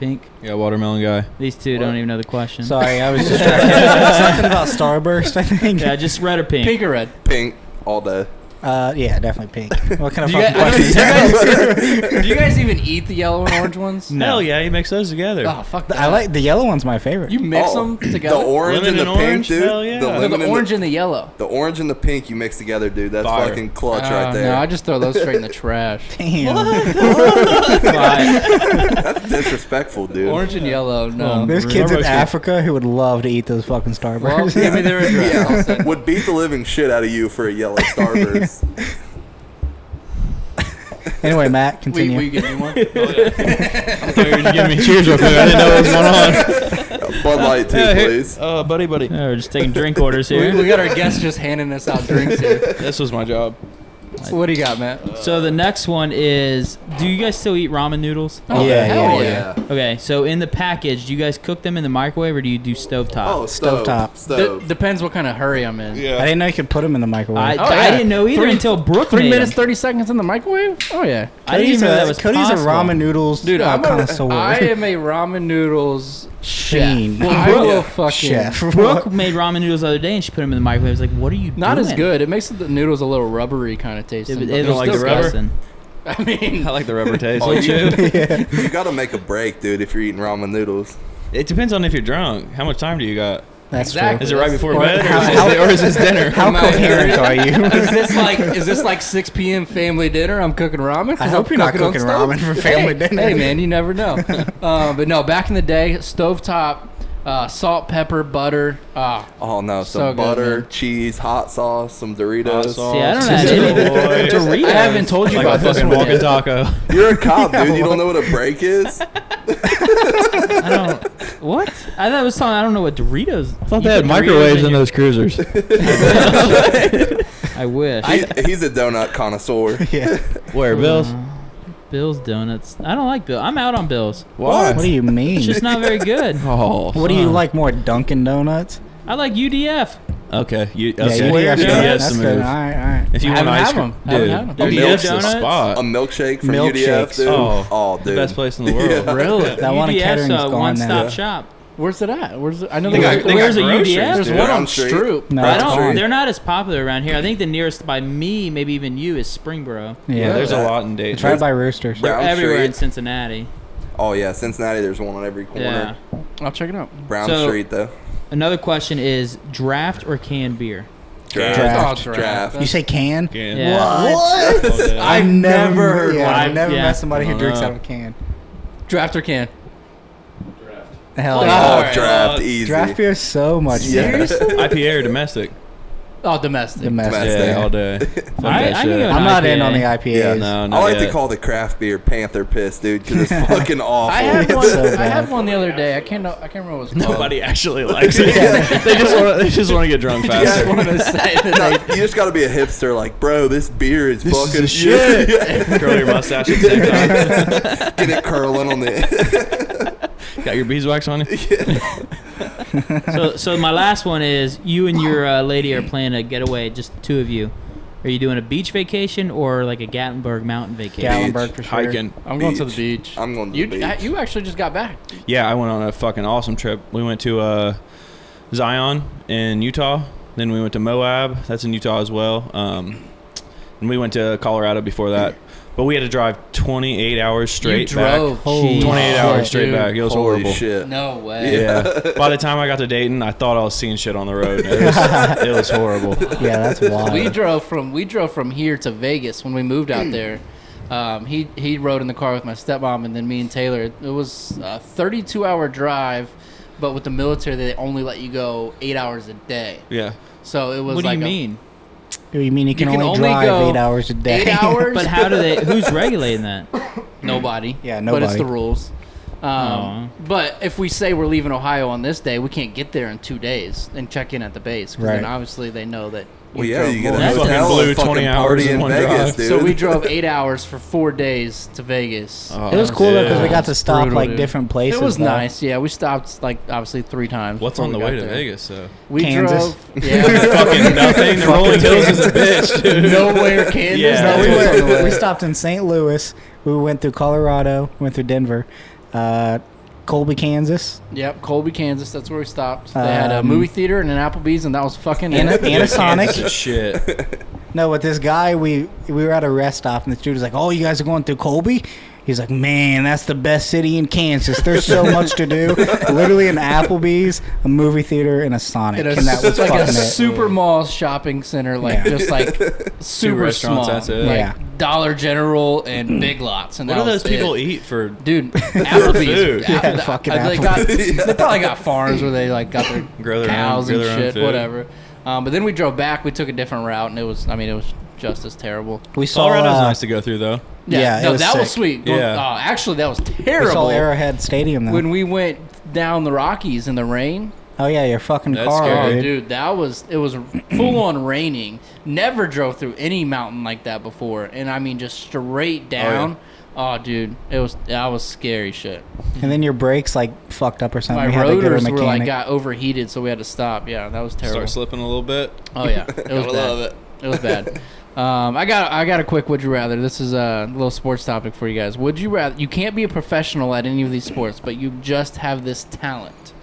Speaker 2: Pink.
Speaker 6: Yeah, watermelon guy.
Speaker 2: These two don't even know the question.
Speaker 5: Sorry, I was distracted. Something about Starburst, I think.
Speaker 2: Yeah, just red or pink.
Speaker 1: Pink or red?
Speaker 4: Pink all day.
Speaker 5: Uh, yeah, definitely pink. What kind of
Speaker 1: Do you,
Speaker 5: fucking
Speaker 1: guys, I don't-
Speaker 5: question?
Speaker 1: do, you guys, do you guys even eat the yellow and orange ones?
Speaker 3: Hell yeah, he mixed those together.
Speaker 1: Oh fuck! That.
Speaker 5: I like the yellow one's my favorite.
Speaker 1: you mix
Speaker 4: Oh,
Speaker 1: them together.
Speaker 4: The orange
Speaker 3: Lemon
Speaker 4: and the
Speaker 3: and orange?
Speaker 4: pink, dude.
Speaker 3: Hell yeah. No,
Speaker 4: The
Speaker 3: the
Speaker 1: no,
Speaker 4: lemon
Speaker 1: the
Speaker 4: and
Speaker 1: orange
Speaker 4: the,
Speaker 1: and the yellow.
Speaker 4: the orange and the pink you mix together, dude. That's
Speaker 3: Fire.
Speaker 4: fucking clutch
Speaker 1: Uh,
Speaker 4: right there.
Speaker 1: No, I just throw those straight in the trash.
Speaker 5: Damn.
Speaker 2: Why?
Speaker 4: That's disrespectful, dude.
Speaker 1: Orange and yellow. No.
Speaker 6: Um,
Speaker 5: There's kids
Speaker 6: Starburst
Speaker 5: in
Speaker 6: is-
Speaker 5: Africa who would love to eat those fucking
Speaker 1: well,
Speaker 5: Starbursts.
Speaker 1: give me their address. I'll
Speaker 4: Yeah,
Speaker 1: send it.
Speaker 4: would beat the living shit out of you for a yellow starburst.
Speaker 5: anyway, Matt,
Speaker 1: Will,
Speaker 5: continue.
Speaker 1: will you give me one?
Speaker 6: I thought you were giving me cheers real quick. I didn't know what was going on.
Speaker 4: Bud Light too,
Speaker 6: Yeah, here-
Speaker 4: please.
Speaker 6: Uh, buddy, buddy.
Speaker 2: Yeah, Oh, we're just taking drink orders
Speaker 1: we,
Speaker 2: here.
Speaker 1: we got our guests just handing us out drinks here.
Speaker 6: This was my job.
Speaker 1: What do you got, Matt?
Speaker 2: So the next one is, do you guys still eat ramen noodles?
Speaker 1: Oh,
Speaker 5: Yeah,
Speaker 1: hell
Speaker 5: yeah,
Speaker 2: Okay, so in the package, do you guys cook them in the microwave or do you do
Speaker 4: Oh,
Speaker 2: stovetop?
Speaker 4: stove
Speaker 5: Stovetop.
Speaker 4: top. Stove.
Speaker 1: D- depends what kind of hurry I'm in.
Speaker 5: I didn't know you could put them in the microwave.
Speaker 2: I,
Speaker 1: Oh,
Speaker 2: I
Speaker 1: yeah.
Speaker 2: didn't know either
Speaker 1: Three-
Speaker 2: until Brooke
Speaker 1: Three
Speaker 2: made
Speaker 1: minutes,
Speaker 2: them.
Speaker 1: thirty seconds in the microwave. Oh yeah,
Speaker 2: I didn't
Speaker 5: Cody's
Speaker 2: even know
Speaker 5: a-
Speaker 2: that was
Speaker 5: Cody's
Speaker 2: possible.
Speaker 5: a ramen noodles
Speaker 1: dude.
Speaker 5: uh,
Speaker 1: I'm
Speaker 5: connoisseur.
Speaker 1: a, I am a ramen noodles
Speaker 5: Fiend.
Speaker 1: chef. I
Speaker 5: Brooke-
Speaker 1: will fucking
Speaker 5: chef.
Speaker 2: Brooke made ramen noodles the other day and she put them in the microwave. I was like, what are you
Speaker 1: Not
Speaker 2: doing?
Speaker 1: as good. It makes the noodles a little rubbery kind of taste.
Speaker 2: It,
Speaker 1: in
Speaker 2: was-
Speaker 1: them.
Speaker 2: it
Speaker 3: don't
Speaker 2: was
Speaker 3: like the rubber?
Speaker 2: disgusting.
Speaker 1: I mean,
Speaker 6: I like the rubber taste.
Speaker 4: Oh, you,
Speaker 5: yeah.
Speaker 4: you gotta make a break, dude, if you're eating ramen noodles.
Speaker 3: It depends on if you're drunk. How much time do you got?
Speaker 5: That's
Speaker 1: Exactly.
Speaker 3: Is it right
Speaker 1: That's-
Speaker 3: before
Speaker 5: Or
Speaker 3: bed? Or is
Speaker 5: how-
Speaker 3: this, or is this dinner?
Speaker 5: true. How
Speaker 1: Am I-
Speaker 5: coherent are
Speaker 1: is
Speaker 5: you?
Speaker 1: this like is this like 6 p.m. family dinner? I'm cooking ramen. 'Cause
Speaker 5: I
Speaker 1: I'm
Speaker 5: hope you're not
Speaker 1: on
Speaker 5: cooking
Speaker 1: stove.
Speaker 5: ramen for family
Speaker 1: Hey,
Speaker 5: dinner.
Speaker 1: Hey man, you never know. uh, but no, back in the day, stovetop, uh, salt, pepper, butter. Uh,
Speaker 4: Oh no,
Speaker 1: So
Speaker 4: some
Speaker 1: good,
Speaker 4: butter,
Speaker 1: man.
Speaker 4: cheese, hot sauce, some Doritos.
Speaker 2: See, I don't
Speaker 3: Sauce.
Speaker 2: have any.
Speaker 3: Boy.
Speaker 2: Doritos.
Speaker 1: I haven't told you
Speaker 3: Like
Speaker 1: about
Speaker 3: a
Speaker 1: this
Speaker 3: fucking
Speaker 1: one.
Speaker 3: walking
Speaker 1: yet.
Speaker 3: taco.
Speaker 4: You're a cop, dude. You don't know what a break is.
Speaker 2: I don't. What? I thought it was something. I don't know what Doritos.
Speaker 6: I thought they had microwaves in those cruisers.
Speaker 2: I wish.
Speaker 4: He, he's a donut connoisseur.
Speaker 5: yeah.
Speaker 6: Where, Bills?
Speaker 2: Bill's donuts. I don't like Bill. I'm out on Bill's.
Speaker 5: What do you mean?
Speaker 2: It's just not very good.
Speaker 6: Oh.
Speaker 5: what do you
Speaker 2: Huh.
Speaker 5: like more, Dunkin' Donuts?
Speaker 2: I like UDF.
Speaker 6: Okay. You,
Speaker 5: Yeah,
Speaker 6: okay.
Speaker 5: you do have
Speaker 3: Yeah,
Speaker 5: to go.
Speaker 6: yes,
Speaker 5: That's
Speaker 6: the
Speaker 5: good.
Speaker 6: move.
Speaker 5: All right, all right.
Speaker 3: If you
Speaker 1: I
Speaker 3: want
Speaker 1: haven't
Speaker 3: ice
Speaker 1: had
Speaker 3: cream,
Speaker 1: them. I haven't
Speaker 3: dude,
Speaker 1: had them.
Speaker 3: the
Speaker 4: A
Speaker 3: UDF
Speaker 4: milk's the
Speaker 3: donuts?
Speaker 4: A milkshake from
Speaker 5: Milkshakes.
Speaker 4: UDF, dude.
Speaker 3: Uh, Oh.
Speaker 4: Oh, dude.
Speaker 3: The best place in the world.
Speaker 4: Yeah.
Speaker 1: Really?
Speaker 5: That one in
Speaker 2: UDF's
Speaker 5: catering's
Speaker 2: a
Speaker 5: gone
Speaker 2: one-stop
Speaker 5: now.
Speaker 2: shop.
Speaker 1: Where's it at? Where's it? I know
Speaker 3: They
Speaker 1: there's,
Speaker 3: got, they
Speaker 2: Where's
Speaker 3: got
Speaker 2: a
Speaker 3: groceries,
Speaker 2: UDF?
Speaker 1: there's
Speaker 3: dude.
Speaker 1: one
Speaker 4: Brown
Speaker 1: on
Speaker 4: Street.
Speaker 1: Stroop.
Speaker 5: No,
Speaker 2: I
Speaker 5: it's gone.
Speaker 2: don't. They're not as popular around here. I think the nearest by me, maybe even you, is Springboro.
Speaker 5: Yeah,
Speaker 3: Yeah, there's a
Speaker 4: Yeah.
Speaker 3: lot in Dayton.
Speaker 5: it's right by Roosters.
Speaker 2: They're
Speaker 4: Brown
Speaker 2: everywhere
Speaker 4: Street.
Speaker 2: in Cincinnati.
Speaker 4: Oh yeah, Cincinnati. There's one on every
Speaker 2: Yeah.
Speaker 4: corner.
Speaker 1: I'll check it out.
Speaker 4: Brown
Speaker 2: So-
Speaker 4: Street though.
Speaker 2: Another question is draft or canned beer?
Speaker 4: Draft.
Speaker 5: Draft.
Speaker 1: Oh,
Speaker 4: Draft.
Speaker 5: You say can?
Speaker 3: Again.
Speaker 2: Yeah.
Speaker 5: What?
Speaker 3: I,
Speaker 5: I've
Speaker 1: never heard
Speaker 5: yeah,
Speaker 2: one.
Speaker 5: I've never
Speaker 2: Yeah.
Speaker 5: met somebody who
Speaker 3: I
Speaker 5: drinks
Speaker 3: know.
Speaker 5: out of a can.
Speaker 1: Draft or can?
Speaker 5: Hell
Speaker 1: Oh,
Speaker 5: yeah.
Speaker 4: Oh,
Speaker 1: Alright.
Speaker 4: draft
Speaker 3: Uh,
Speaker 4: easy.
Speaker 5: Draft beer is so much
Speaker 4: Yeah.
Speaker 5: better.
Speaker 3: IPA or domestic?
Speaker 1: Oh, domestic.
Speaker 5: Domestic.
Speaker 4: Domestic.
Speaker 6: Yeah, all day. Fuck
Speaker 2: I-
Speaker 6: that
Speaker 2: I can
Speaker 6: shit.
Speaker 2: go-
Speaker 5: I'm not in
Speaker 2: IPA.
Speaker 5: on the IPAs.
Speaker 6: Yeah, no,
Speaker 4: I
Speaker 6: not
Speaker 4: like to
Speaker 6: yet.
Speaker 4: call the craft beer Panther piss, dude, because it's fucking awful.
Speaker 1: I had one.
Speaker 5: so
Speaker 1: I
Speaker 5: bad.
Speaker 1: had one the other day. I can't. Know, I can't remember what it was called.
Speaker 3: Nobody actually likes it.
Speaker 6: they just want. They just want to get drunk
Speaker 1: I just
Speaker 6: faster.
Speaker 1: want to say
Speaker 4: No,
Speaker 1: that
Speaker 4: you just got to be a hipster, like, bro, this beer is
Speaker 6: This is
Speaker 4: fucking
Speaker 6: the shit."
Speaker 4: Yeah.
Speaker 3: Curl your mustache at the same time.
Speaker 4: Get it curling on the.
Speaker 6: Got your beeswax on you.
Speaker 2: so, so my last one is you and your uh, lady are planning a getaway, just the two of you. Are you doing a beach vacation or like a Gatlinburg mountain vacation?
Speaker 4: Yeah.
Speaker 5: Gallenberg for sure.
Speaker 3: Hiking.
Speaker 1: I'm going to the
Speaker 4: Beach.
Speaker 1: beach.
Speaker 4: I'm going to
Speaker 1: you,
Speaker 4: the beach.
Speaker 1: I- you actually just got back.
Speaker 3: Yeah, I went on a fucking awesome trip. We went to uh, Zion in Utah. Then we went to Moab. That's in Utah as well. Um, and we went to Colorado before that. But we had to drive 28 hours straight
Speaker 1: you drove.
Speaker 3: back.
Speaker 1: Holy
Speaker 3: 28
Speaker 1: shit,
Speaker 3: hours straight
Speaker 1: dude.
Speaker 3: back. It was
Speaker 4: Holy
Speaker 3: horrible.
Speaker 4: shit.
Speaker 1: No way.
Speaker 3: Yeah. By the time I got to Dayton, I thought I was seeing shit on the road. It was, it was horrible.
Speaker 5: Yeah, that's wild.
Speaker 1: We drove from we drove from here to Vegas when we moved out there. Um, he he rode in the car with my stepmom and then me and Taylor. It was a 32 hour drive, but with the military they only let you go eight hours a day.
Speaker 3: Yeah.
Speaker 1: So it was
Speaker 2: What do
Speaker 1: like
Speaker 2: you
Speaker 1: a-
Speaker 2: mean?
Speaker 5: you mean you can,
Speaker 1: can
Speaker 5: only,
Speaker 1: only go
Speaker 5: drive eight hours a day?
Speaker 1: eight hours.
Speaker 2: But how do they? Who's regulating that?
Speaker 1: Nobody.
Speaker 5: Yeah,
Speaker 1: But it's
Speaker 5: nobody.
Speaker 1: the rules. Um, but if we say we're leaving Ohio on this day, we can't get there in two days and check in at the base. 'cause Then
Speaker 5: Right.
Speaker 1: obviously they know that.
Speaker 4: Well, yeah, you get a
Speaker 2: That's
Speaker 4: hotel
Speaker 3: fucking
Speaker 4: and
Speaker 3: blew 20
Speaker 4: fucking
Speaker 3: hours
Speaker 4: party
Speaker 3: in
Speaker 4: in
Speaker 3: one
Speaker 4: Vegas,
Speaker 3: drive.
Speaker 4: dude.
Speaker 1: So we drove eight hours for four days to Vegas.
Speaker 5: It was cool though because we
Speaker 3: Oh, Yeah.
Speaker 5: got to stop
Speaker 1: brutal,
Speaker 5: like
Speaker 1: dude.
Speaker 5: different places.
Speaker 1: it was
Speaker 5: though.
Speaker 1: nice. Yeah, we stopped like obviously three times.
Speaker 3: What's
Speaker 1: before
Speaker 3: on the
Speaker 1: we got
Speaker 3: way to
Speaker 1: there.
Speaker 3: Vegas, though?
Speaker 1: We
Speaker 5: Kansas.
Speaker 1: drove. Yeah,
Speaker 3: fucking nothing. The Rolling Hills is a bitch, dude.
Speaker 1: nowhere Kansas.
Speaker 3: Yeah.
Speaker 5: No,
Speaker 1: that's
Speaker 5: we,
Speaker 1: what's on the
Speaker 5: went,
Speaker 1: way.
Speaker 5: we stopped in St. Louis. We went through Colorado. Went through Denver, uh, Colby, Kansas,
Speaker 1: Yep, Colby, Kansas. That's where we stopped. They had a
Speaker 5: Um,
Speaker 1: movie theater and an Applebee's, and that was fucking
Speaker 5: and a,
Speaker 1: it.
Speaker 5: and a
Speaker 3: Kansas
Speaker 5: Sonic.
Speaker 3: is shit.
Speaker 5: No, but this guy, we we were at a rest stop, and this dude was like, "Oh, you guys are going through Colby." He's like, man, that's the best city in Kansas. There's so much to do. Literally an Applebee's, a movie theater, and a Sonic.
Speaker 1: It is-
Speaker 5: and that was
Speaker 1: it's like a
Speaker 5: fucking it.
Speaker 1: super mall shopping center, like
Speaker 5: Yeah.
Speaker 1: just like super small,
Speaker 3: restaurants, that's it.
Speaker 1: like
Speaker 5: Yeah.
Speaker 1: Dollar General and Big Lots. And
Speaker 3: What
Speaker 1: that
Speaker 3: do those
Speaker 1: was
Speaker 3: people
Speaker 1: it.
Speaker 3: eat for
Speaker 1: dude? Applebee's,
Speaker 3: food.
Speaker 1: Apple-
Speaker 5: Yeah, fucking
Speaker 1: they, got, they probably got farms where they like got their
Speaker 3: Grow their own-
Speaker 1: cows
Speaker 3: grow
Speaker 1: and
Speaker 3: their own
Speaker 1: shit,
Speaker 3: food.
Speaker 1: whatever. Um, but then we drove back. We took a different route, and it was, I mean, it was just as terrible.
Speaker 5: We saw
Speaker 3: Colorado's
Speaker 5: uh,
Speaker 3: nice to go through though.
Speaker 5: Yeah, it
Speaker 1: no,
Speaker 5: was
Speaker 1: that was
Speaker 5: sick.
Speaker 1: sweet. Well,
Speaker 3: Yeah.
Speaker 1: uh, actually, that was
Speaker 5: We saw
Speaker 1: terrible.
Speaker 5: Arrowhead Stadium though.
Speaker 1: When we went down the Rockies in the rain,
Speaker 5: oh yeah, your fucking
Speaker 6: That's
Speaker 5: car,
Speaker 6: scary.
Speaker 1: Oh,
Speaker 5: dude.
Speaker 1: dude. that was it was full on raining. Never drove through any mountain like that before, and I mean just straight down. Oh, dude, it was that was scary shit.
Speaker 5: And then your brakes like fucked up or something.
Speaker 1: My
Speaker 5: We had to go to a
Speaker 1: rotors were like
Speaker 5: mechanic.
Speaker 1: got overheated, so we had to stop. Yeah, that was terrible.
Speaker 3: Start slipping a little bit.
Speaker 1: Oh yeah, it was bad.
Speaker 4: love it.
Speaker 1: It was bad. Um, I got I got a quick would you rather. This is a little sports topic for you guys. Would you rather? You can't be a professional at any of these sports, but you just have this talent.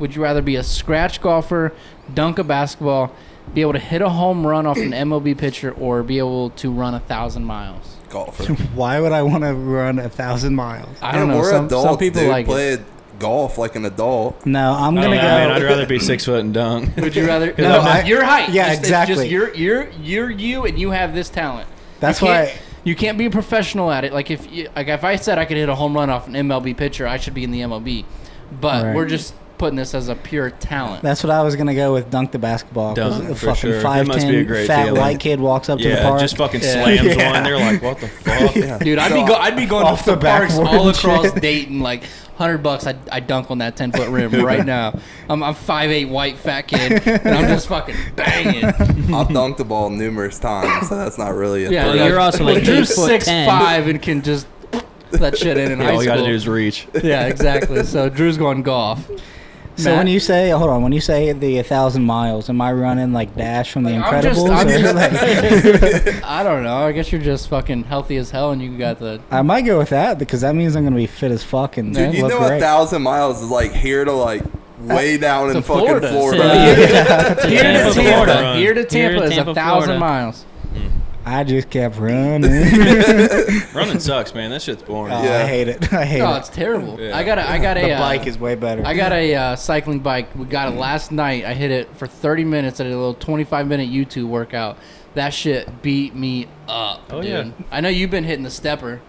Speaker 1: Would you rather be a scratch golfer, dunk a basketball, be able to hit a home run off an MLB pitcher, or be able to run a thousand miles?
Speaker 4: golfer.
Speaker 5: Why would I want to run a thousand miles?
Speaker 1: I don't
Speaker 4: Man,
Speaker 1: know.
Speaker 4: We're
Speaker 1: Some,
Speaker 4: adults,
Speaker 1: some people
Speaker 4: dude.
Speaker 1: like. it.
Speaker 4: Play golf like an adult.
Speaker 5: No, I'm
Speaker 3: I don't
Speaker 5: gonna
Speaker 3: know,
Speaker 5: go.
Speaker 3: Oh, man. I'd rather be six foot and dunk.
Speaker 1: Would you rather?
Speaker 5: No, I-
Speaker 1: your height.
Speaker 5: yeah,
Speaker 1: Just- it's
Speaker 5: exactly.
Speaker 1: Just you're you're you're you, and you have this talent.
Speaker 5: That's
Speaker 1: you can't-
Speaker 5: why-
Speaker 1: you can't be a professional at it. Like if you, like if I said I could hit a home run off an MLB pitcher, I should be in the MLB. But
Speaker 5: Right.
Speaker 1: we're just putting this as a pure talent.
Speaker 5: That's what I was gonna go with. Dunk the basketball. 'cause
Speaker 3: Dunk,
Speaker 5: a
Speaker 3: for
Speaker 5: fucking
Speaker 3: sure. That
Speaker 5: five
Speaker 3: must be a
Speaker 5: ten
Speaker 3: great
Speaker 5: fat
Speaker 3: feeling.
Speaker 5: white kid walks up to the
Speaker 3: yeah,
Speaker 5: park.
Speaker 3: just fucking
Speaker 1: Yeah.
Speaker 3: slams
Speaker 5: Yeah.
Speaker 3: one. They're like, what the fuck?
Speaker 1: Dude, I'd be go, I'd be going
Speaker 5: Off
Speaker 1: off the,
Speaker 5: the
Speaker 1: parks
Speaker 5: backboard
Speaker 1: all
Speaker 5: and
Speaker 1: across
Speaker 5: shit.
Speaker 1: Dayton like hundred bucks. I I dunk on that ten foot rim right now. I'm I'm five eight white fat kid, and I'm just fucking banging.
Speaker 4: I've dunked the ball numerous times, so that's not really a
Speaker 1: Yeah,
Speaker 2: But you're also like
Speaker 1: Drew's
Speaker 2: 8'10".
Speaker 1: six five and can just that shit in in high
Speaker 3: Yeah, all you
Speaker 1: school.
Speaker 3: gotta do is reach.
Speaker 1: yeah, exactly. So Drew's going golf.
Speaker 5: so
Speaker 1: Matt?
Speaker 5: when you say, hold on, when you say the a thousand miles, am I running like Dash from the
Speaker 1: I'm just-
Speaker 5: Incredibles?
Speaker 1: I'm
Speaker 5: or,
Speaker 1: just-
Speaker 5: like-
Speaker 1: I don't know. I guess you're just fucking healthy as hell, and you got the.
Speaker 5: I might go with that because that means I'm gonna be fit as fuck and
Speaker 4: Dude, you
Speaker 5: look
Speaker 4: know a
Speaker 5: great.
Speaker 4: thousand miles is like here to like way down in
Speaker 1: Uh, to
Speaker 4: fucking
Speaker 1: Florida.
Speaker 4: Florida.
Speaker 2: Yeah.
Speaker 1: Here to Tampa,
Speaker 3: Tampa,
Speaker 1: here
Speaker 3: Florida.
Speaker 1: to
Speaker 2: Here to
Speaker 1: Tampa is
Speaker 2: Tampa,
Speaker 1: a thousand
Speaker 2: Florida.
Speaker 1: miles.
Speaker 5: I just kept running.
Speaker 3: Running sucks, man. That shit's boring.
Speaker 5: Oh,
Speaker 4: Yeah.
Speaker 5: I hate it. I hate
Speaker 1: No,
Speaker 5: it.
Speaker 1: Oh, it's terrible.
Speaker 3: Yeah.
Speaker 1: I got a, I got a.
Speaker 5: the
Speaker 1: uh,
Speaker 5: bike is way better.
Speaker 1: I got a uh, cycling bike. We got it last night. I hit it for 30 minutes at a little 25 minute YouTube workout. That shit beat me up,
Speaker 3: Oh,
Speaker 1: dude.
Speaker 3: yeah.
Speaker 1: I know you've been hitting the stepper.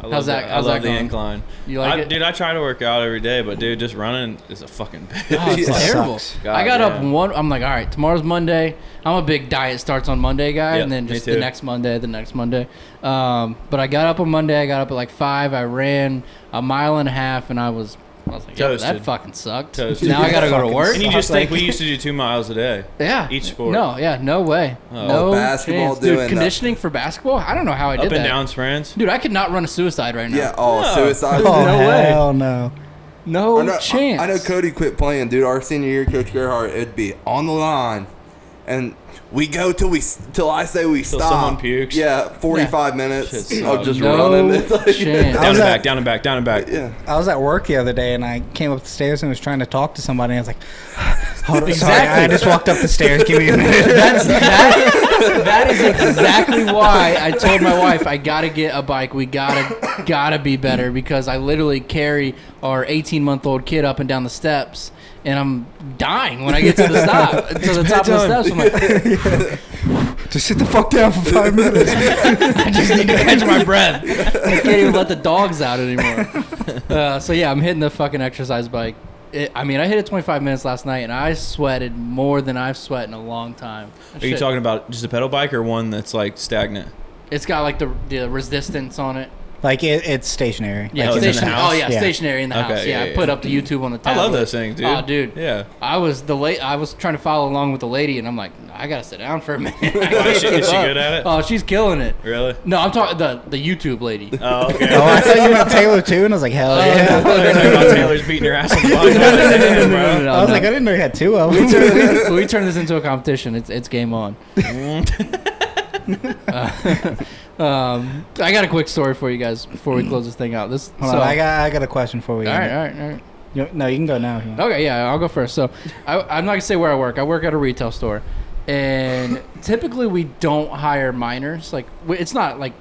Speaker 3: I love
Speaker 1: How's that-
Speaker 3: the-
Speaker 1: how's
Speaker 3: I
Speaker 1: that
Speaker 3: love the
Speaker 1: going?
Speaker 3: incline.
Speaker 1: You like
Speaker 3: I,
Speaker 1: it?
Speaker 3: Dude, I try to work out every day, but dude, just running is a fucking bitch.
Speaker 1: Oh, it's
Speaker 4: Yeah.
Speaker 1: terrible.
Speaker 5: Sucks.
Speaker 1: I
Speaker 3: God,
Speaker 1: got up
Speaker 3: yeah.
Speaker 1: one. I'm like, all right, tomorrow's Monday. I'm a big diet starts on Monday guy,
Speaker 3: Yeah,
Speaker 1: and then
Speaker 3: me
Speaker 1: just
Speaker 3: too.
Speaker 1: the next Monday, the next Monday. Um, but I got up on Monday. I got up at like five. I ran a mile and a half, and I was, I was like, yep, that
Speaker 3: Toasted.
Speaker 1: fucking sucked.
Speaker 3: Toasted.
Speaker 1: Now I gotta go to work.
Speaker 3: And you
Speaker 5: Fuck,
Speaker 3: just think
Speaker 5: like-
Speaker 3: we used to do two miles a day.
Speaker 1: Yeah.
Speaker 3: Each sport.
Speaker 1: No, yeah, no way.
Speaker 3: Oh.
Speaker 1: no
Speaker 4: Oh, basketball
Speaker 1: chance. Dude,
Speaker 4: doing that.
Speaker 1: conditioning for basketball. I don't know how I did
Speaker 3: Up and
Speaker 1: that.
Speaker 3: down sprints.
Speaker 1: Dude, I could not run a suicide right now.
Speaker 4: Yeah, oh,
Speaker 3: No.
Speaker 4: suicide.
Speaker 5: Oh,
Speaker 1: No way.
Speaker 5: hell no.
Speaker 1: No
Speaker 4: I know,
Speaker 1: chance.
Speaker 4: I know Cody quit playing, dude. Our senior year, Coach Gerhardt, it'd be on the line, and we go till we till I say we
Speaker 3: Till
Speaker 4: stop.
Speaker 3: someone pukes.
Speaker 4: Yeah, forty five minutes
Speaker 3: Shit
Speaker 4: of
Speaker 3: sucks.
Speaker 4: just
Speaker 1: No
Speaker 4: running. It's like-
Speaker 1: chance.
Speaker 5: I
Speaker 3: Down and
Speaker 5: was at-
Speaker 3: back, down and back, down and back.
Speaker 4: yeah.
Speaker 5: I was at work the other day and I came up the stairs and was trying to talk to somebody. And I was like, Hold on, sorry,
Speaker 1: Exactly.
Speaker 5: I just walked up the stairs. Give me a minute.
Speaker 1: That's that, that is exactly why I told my wife I gotta get a bike. We gotta gotta be better because I literally carry our 18 month old kid up and down the steps, and I'm dying when I get to the stop to the top of the steps. I'm like,
Speaker 5: Just sit the fuck down for five minutes.
Speaker 1: I just need to catch my breath. I can't even let the dogs out anymore. Uh, so yeah, I'm hitting the fucking exercise bike. It, I mean, I hit it 25 minutes last night, and I sweated more than I've sweat in a long time.
Speaker 3: Are you talking about just a pedal bike or one that's like stagnant?
Speaker 1: It's got like the the resistance on it.
Speaker 5: Like, it, it's stationary.
Speaker 1: Yeah,
Speaker 3: Oh, it's
Speaker 5: Like,
Speaker 3: in the
Speaker 1: station-
Speaker 3: house?
Speaker 1: Oh yeah,
Speaker 5: Yeah.
Speaker 1: stationary in the
Speaker 3: Okay,
Speaker 1: house.
Speaker 3: yeah,
Speaker 1: Yeah,
Speaker 3: yeah,
Speaker 1: I put
Speaker 3: yeah.
Speaker 1: up the YouTube on the
Speaker 3: I
Speaker 1: tablet.
Speaker 3: love those things, dude.
Speaker 1: Oh, dude.
Speaker 3: Yeah.
Speaker 1: I was the late. I was trying to follow along with the lady, and I'm like, I gotta sit down for a minute.
Speaker 3: is she- is she good at it?
Speaker 1: Oh, she's killing it.
Speaker 3: Really?
Speaker 1: No, I'm talking the the YouTube lady.
Speaker 3: Oh, okay.
Speaker 5: oh, I thought you meant Taylor too. And I was like, Hell
Speaker 1: Oh, no,
Speaker 5: yeah.
Speaker 1: no, no,
Speaker 3: Talking about Taylor's beating your ass on the bike.
Speaker 1: no, no,
Speaker 3: Damn,
Speaker 1: no,
Speaker 5: I was
Speaker 1: Oh, no.
Speaker 5: like, I didn't know you had two of them.
Speaker 1: Turn- we turn this into a competition. It's it's game on. Uh, um, I got a quick story for you guys before we close this thing out. This
Speaker 5: Hold
Speaker 1: so,
Speaker 5: on, I got, I got a question for you.
Speaker 1: all right, all right, all right.
Speaker 5: You- No, you can go now. if you want.
Speaker 1: Okay, yeah, I'll go first. So, I, I'm not gonna say where I work. I work at a retail store, and typically we don't hire minors. Like, we- it's not like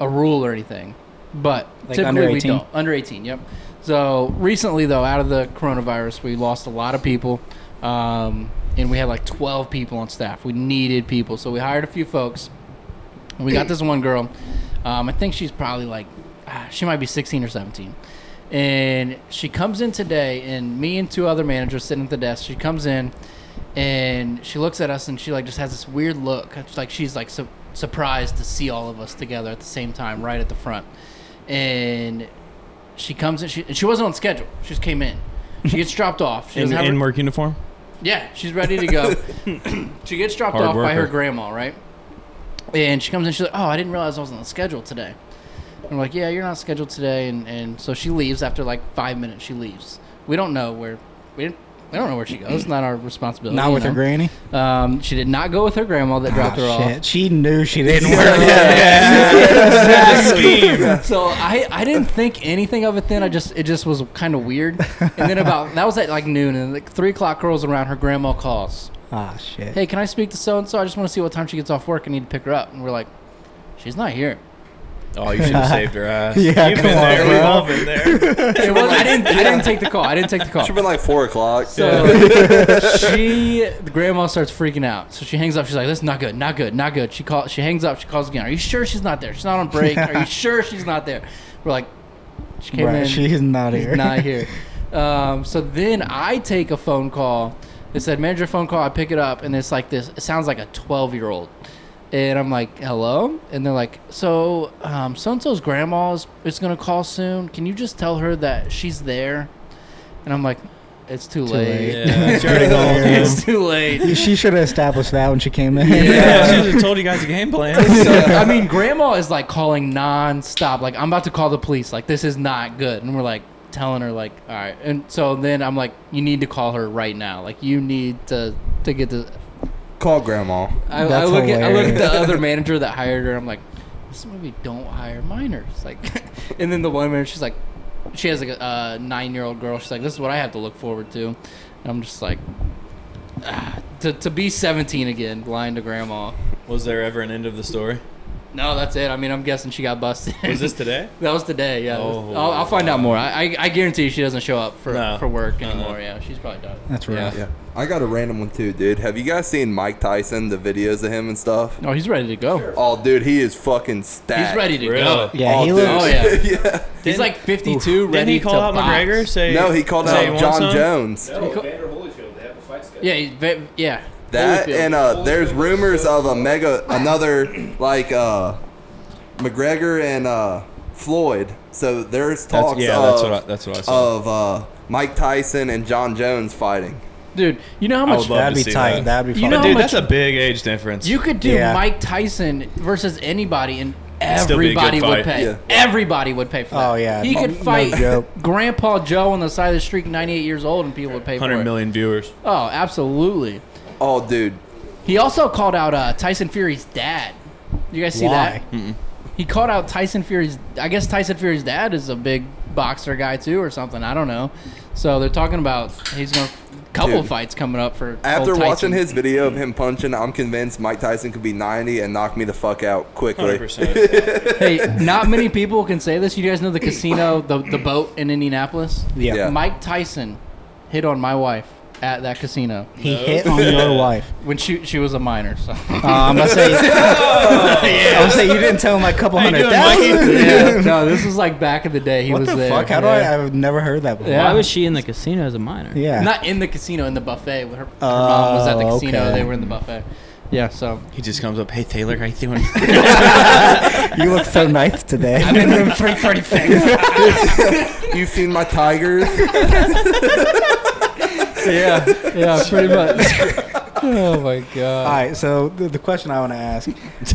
Speaker 1: a rule or anything, but
Speaker 5: Like
Speaker 1: typically
Speaker 5: under
Speaker 1: we
Speaker 5: 18?
Speaker 1: don't. Under 18, yep. So recently, though, out of the coronavirus, we lost a lot of people, um, and we had like 12 people on staff. We needed people, so we hired a few folks. And we got this one girl. Um, I think she's probably like, ah, she might be 16 or 17. And she comes in today, and me and two other managers sitting at the desk. She comes in, and she looks at us, and she like just has this weird look. It's like she's like su- surprised to see all of us together at the same time, right at the front. And she comes in. She and she wasn't on schedule. She just came in. She gets dropped off. She
Speaker 3: In,
Speaker 1: doesn't have her-
Speaker 3: in work uniform?
Speaker 1: yeah, she's ready to go. she gets dropped
Speaker 3: Hard
Speaker 1: off by her
Speaker 3: worker.
Speaker 1: grandma, right? And she comes in, she's like, Oh, I didn't realize I was on the schedule today. And I'm like, Yeah, you're not scheduled today. And, and so she leaves after like five minutes. She leaves. We don't know where, we, didn't, we don't know where she goes. It's not our responsibility.
Speaker 5: Not
Speaker 1: you
Speaker 5: with her
Speaker 1: know?
Speaker 5: granny.
Speaker 1: Um, she did not go with her grandma that dropped her
Speaker 5: Ah,
Speaker 1: off.
Speaker 5: shit. She knew she didn't work.
Speaker 1: so I, I didn't think anything of it then. I just it just was kind of weird. And then about that was at like noon and like three o'clock rolls around. Her grandma calls.
Speaker 5: Ah, shit.
Speaker 1: hey, can I speak to so and so? I just want to see what time she gets off work. I need to pick her up. And we're like, she's not here.
Speaker 3: Oh, you should have saved her ass.
Speaker 5: Yeah,
Speaker 3: You've
Speaker 5: come
Speaker 3: been
Speaker 5: on,
Speaker 3: there. We've
Speaker 5: bro.
Speaker 3: all been there.
Speaker 1: It was- I didn't. I didn't take the call. I didn't take the call.
Speaker 4: Should been like four o'clock.
Speaker 1: So she, the grandma starts freaking out. So she hangs up. She's like, "This is not good. Not good. Not good." She calls. She hangs up. She calls again. Are you sure she's not there? She's not on break. Are you sure she's not there? We're like, she came
Speaker 5: Right,
Speaker 1: in.
Speaker 5: she is not
Speaker 1: He's
Speaker 5: here.
Speaker 1: not here. Um, so then I take a phone call. It said manager phone call. I pick it up, and it's like this. It sounds like a twelve year old, and I'm like, "Hello," and they're like, "So, um, so and so's grandma is, is gonna call soon. Can you just tell her that she's there?" And I'm like, "It's too, late.
Speaker 5: late.
Speaker 3: Yeah, she already called him.
Speaker 1: It's too late."
Speaker 5: she should have established that when she came in.
Speaker 3: Yeah, she should have told you guys the game plan.
Speaker 1: So, I mean, grandma is like calling nonstop. Like, I'm about to call the police. Like, this is not good. And we're like telling her, like, all right. And so then I'm like, you need to call her right now. Like, you need to to get the.
Speaker 4: Call grandma.
Speaker 1: I, I
Speaker 5: That's
Speaker 1: look at I look at
Speaker 5: hilarious.
Speaker 1: the other manager that hired her. I'm like, this movie don't hire minors. Like, and then the one minute she's like, she has like a uh, nine year old girl. She's like, this is what I have to look forward to. And I'm just like. ah, To, to be 17 again, blind to grandma.
Speaker 3: Was there ever an end of the story?
Speaker 1: No, that's it. I mean, I'm guessing she got busted.
Speaker 3: Was this today?
Speaker 1: That was today. Yeah.
Speaker 3: Oh.
Speaker 1: I'll, I'll find out more. I, I, I guarantee she doesn't show up for,
Speaker 3: No.
Speaker 1: for work
Speaker 3: Uh-uh.
Speaker 1: anymore. Yeah, she's probably done.
Speaker 5: That's rough.
Speaker 4: Yeah. I got a random one too, dude. Have you guys seen Mike Tyson, the videos of him and stuff?
Speaker 1: No, he's ready to go.
Speaker 4: Oh, dude, he is fucking stacked.
Speaker 1: He's ready to
Speaker 3: Really?
Speaker 1: go.
Speaker 5: Yeah,
Speaker 4: Oh,
Speaker 5: he
Speaker 4: dude.
Speaker 5: looks.
Speaker 1: Oh, yeah.
Speaker 4: yeah.
Speaker 1: He's like 52,
Speaker 3: Didn't
Speaker 1: ready
Speaker 3: he call
Speaker 1: to
Speaker 3: out
Speaker 1: box.
Speaker 3: McGregor? Say
Speaker 4: No, he called
Speaker 3: say he
Speaker 4: out
Speaker 3: wants
Speaker 4: John
Speaker 3: some?
Speaker 4: Jones.
Speaker 7: No,
Speaker 1: co-
Speaker 7: Vander Holyfield. They have a fight schedule.
Speaker 1: Yeah, he's ve- yeah.
Speaker 4: Oh, That
Speaker 1: Holyfield.
Speaker 4: and uh, there's rumors of a mega another like uh, McGregor and uh, Floyd. So there's
Speaker 3: That's-
Speaker 4: talks
Speaker 3: yeah,
Speaker 4: of,
Speaker 3: that's what I, that's what I saw.
Speaker 4: of uh, Mike Tyson and John Jones fighting.
Speaker 1: dude, you know how
Speaker 3: I
Speaker 4: Oh,
Speaker 1: much
Speaker 3: would love
Speaker 5: That'd
Speaker 3: to
Speaker 5: be
Speaker 3: see
Speaker 5: tight.
Speaker 3: that.
Speaker 5: That'd be
Speaker 1: You
Speaker 5: fun.
Speaker 1: know
Speaker 3: Dude,
Speaker 1: how
Speaker 3: that's a
Speaker 1: much-
Speaker 3: big age difference.
Speaker 1: you could do
Speaker 5: Yeah.
Speaker 1: Mike Tyson versus anybody, and
Speaker 3: still be a good
Speaker 1: everybody would
Speaker 3: fight.
Speaker 1: pay.
Speaker 4: Yeah.
Speaker 1: Everybody would pay for that.
Speaker 5: Oh, yeah.
Speaker 1: he
Speaker 5: No-
Speaker 1: could
Speaker 5: no
Speaker 1: fight
Speaker 5: joke.
Speaker 1: Grandpa Joe on the side of the street, 98 years old, and people would pay
Speaker 3: 100
Speaker 1: for it.
Speaker 3: million viewers.
Speaker 1: Oh, absolutely.
Speaker 4: Oh, dude,
Speaker 1: He also called out uh, Tyson Fury's dad. You guys see
Speaker 5: Why?
Speaker 1: that? He called out Tyson Fury's. I guess Tyson Fury's dad is a big boxer guy too, or something. I don't know. So they're talking about he's gonna couple
Speaker 4: Dude.
Speaker 1: fights coming up for. old
Speaker 4: after
Speaker 1: Tyson.
Speaker 4: watching his video of him punching, I'm convinced Mike Tyson could be 90 and knock me the fuck out quickly.
Speaker 3: 100%.
Speaker 1: Hey, not many people can say this. You guys know the casino, the the boat in Indianapolis.
Speaker 5: Yeah.
Speaker 4: Yeah.
Speaker 1: Mike Tyson hit on my wife at that casino
Speaker 5: He hit on your wife.
Speaker 1: when she she was a minor. So.
Speaker 5: Uh, I'm gonna say. I'm gonna say you didn't tell him a couple
Speaker 3: How you
Speaker 5: hundred
Speaker 3: doing, Mikey?
Speaker 1: yeah,
Speaker 5: thousand.
Speaker 1: no, this was like back in the day. He
Speaker 5: What
Speaker 1: was
Speaker 5: the
Speaker 1: there.
Speaker 5: fuck? How do
Speaker 1: Yeah.
Speaker 5: I? I've never heard that before.
Speaker 1: Yeah.
Speaker 2: Why was she in the casino as a minor?
Speaker 5: Yeah.
Speaker 1: Not in the casino, in the buffet. Her, her mom was at the
Speaker 5: Oh,
Speaker 1: casino.
Speaker 5: okay.
Speaker 1: They were in the buffet. Yeah, so
Speaker 3: he just comes up, hey Taylor, how you doing?
Speaker 5: You look so nice today.
Speaker 1: I've been doing pretty pretty things.
Speaker 4: You've seen my tigers?
Speaker 1: yeah, yeah, pretty much. oh my god.
Speaker 5: All right, so the, the question I want to ask: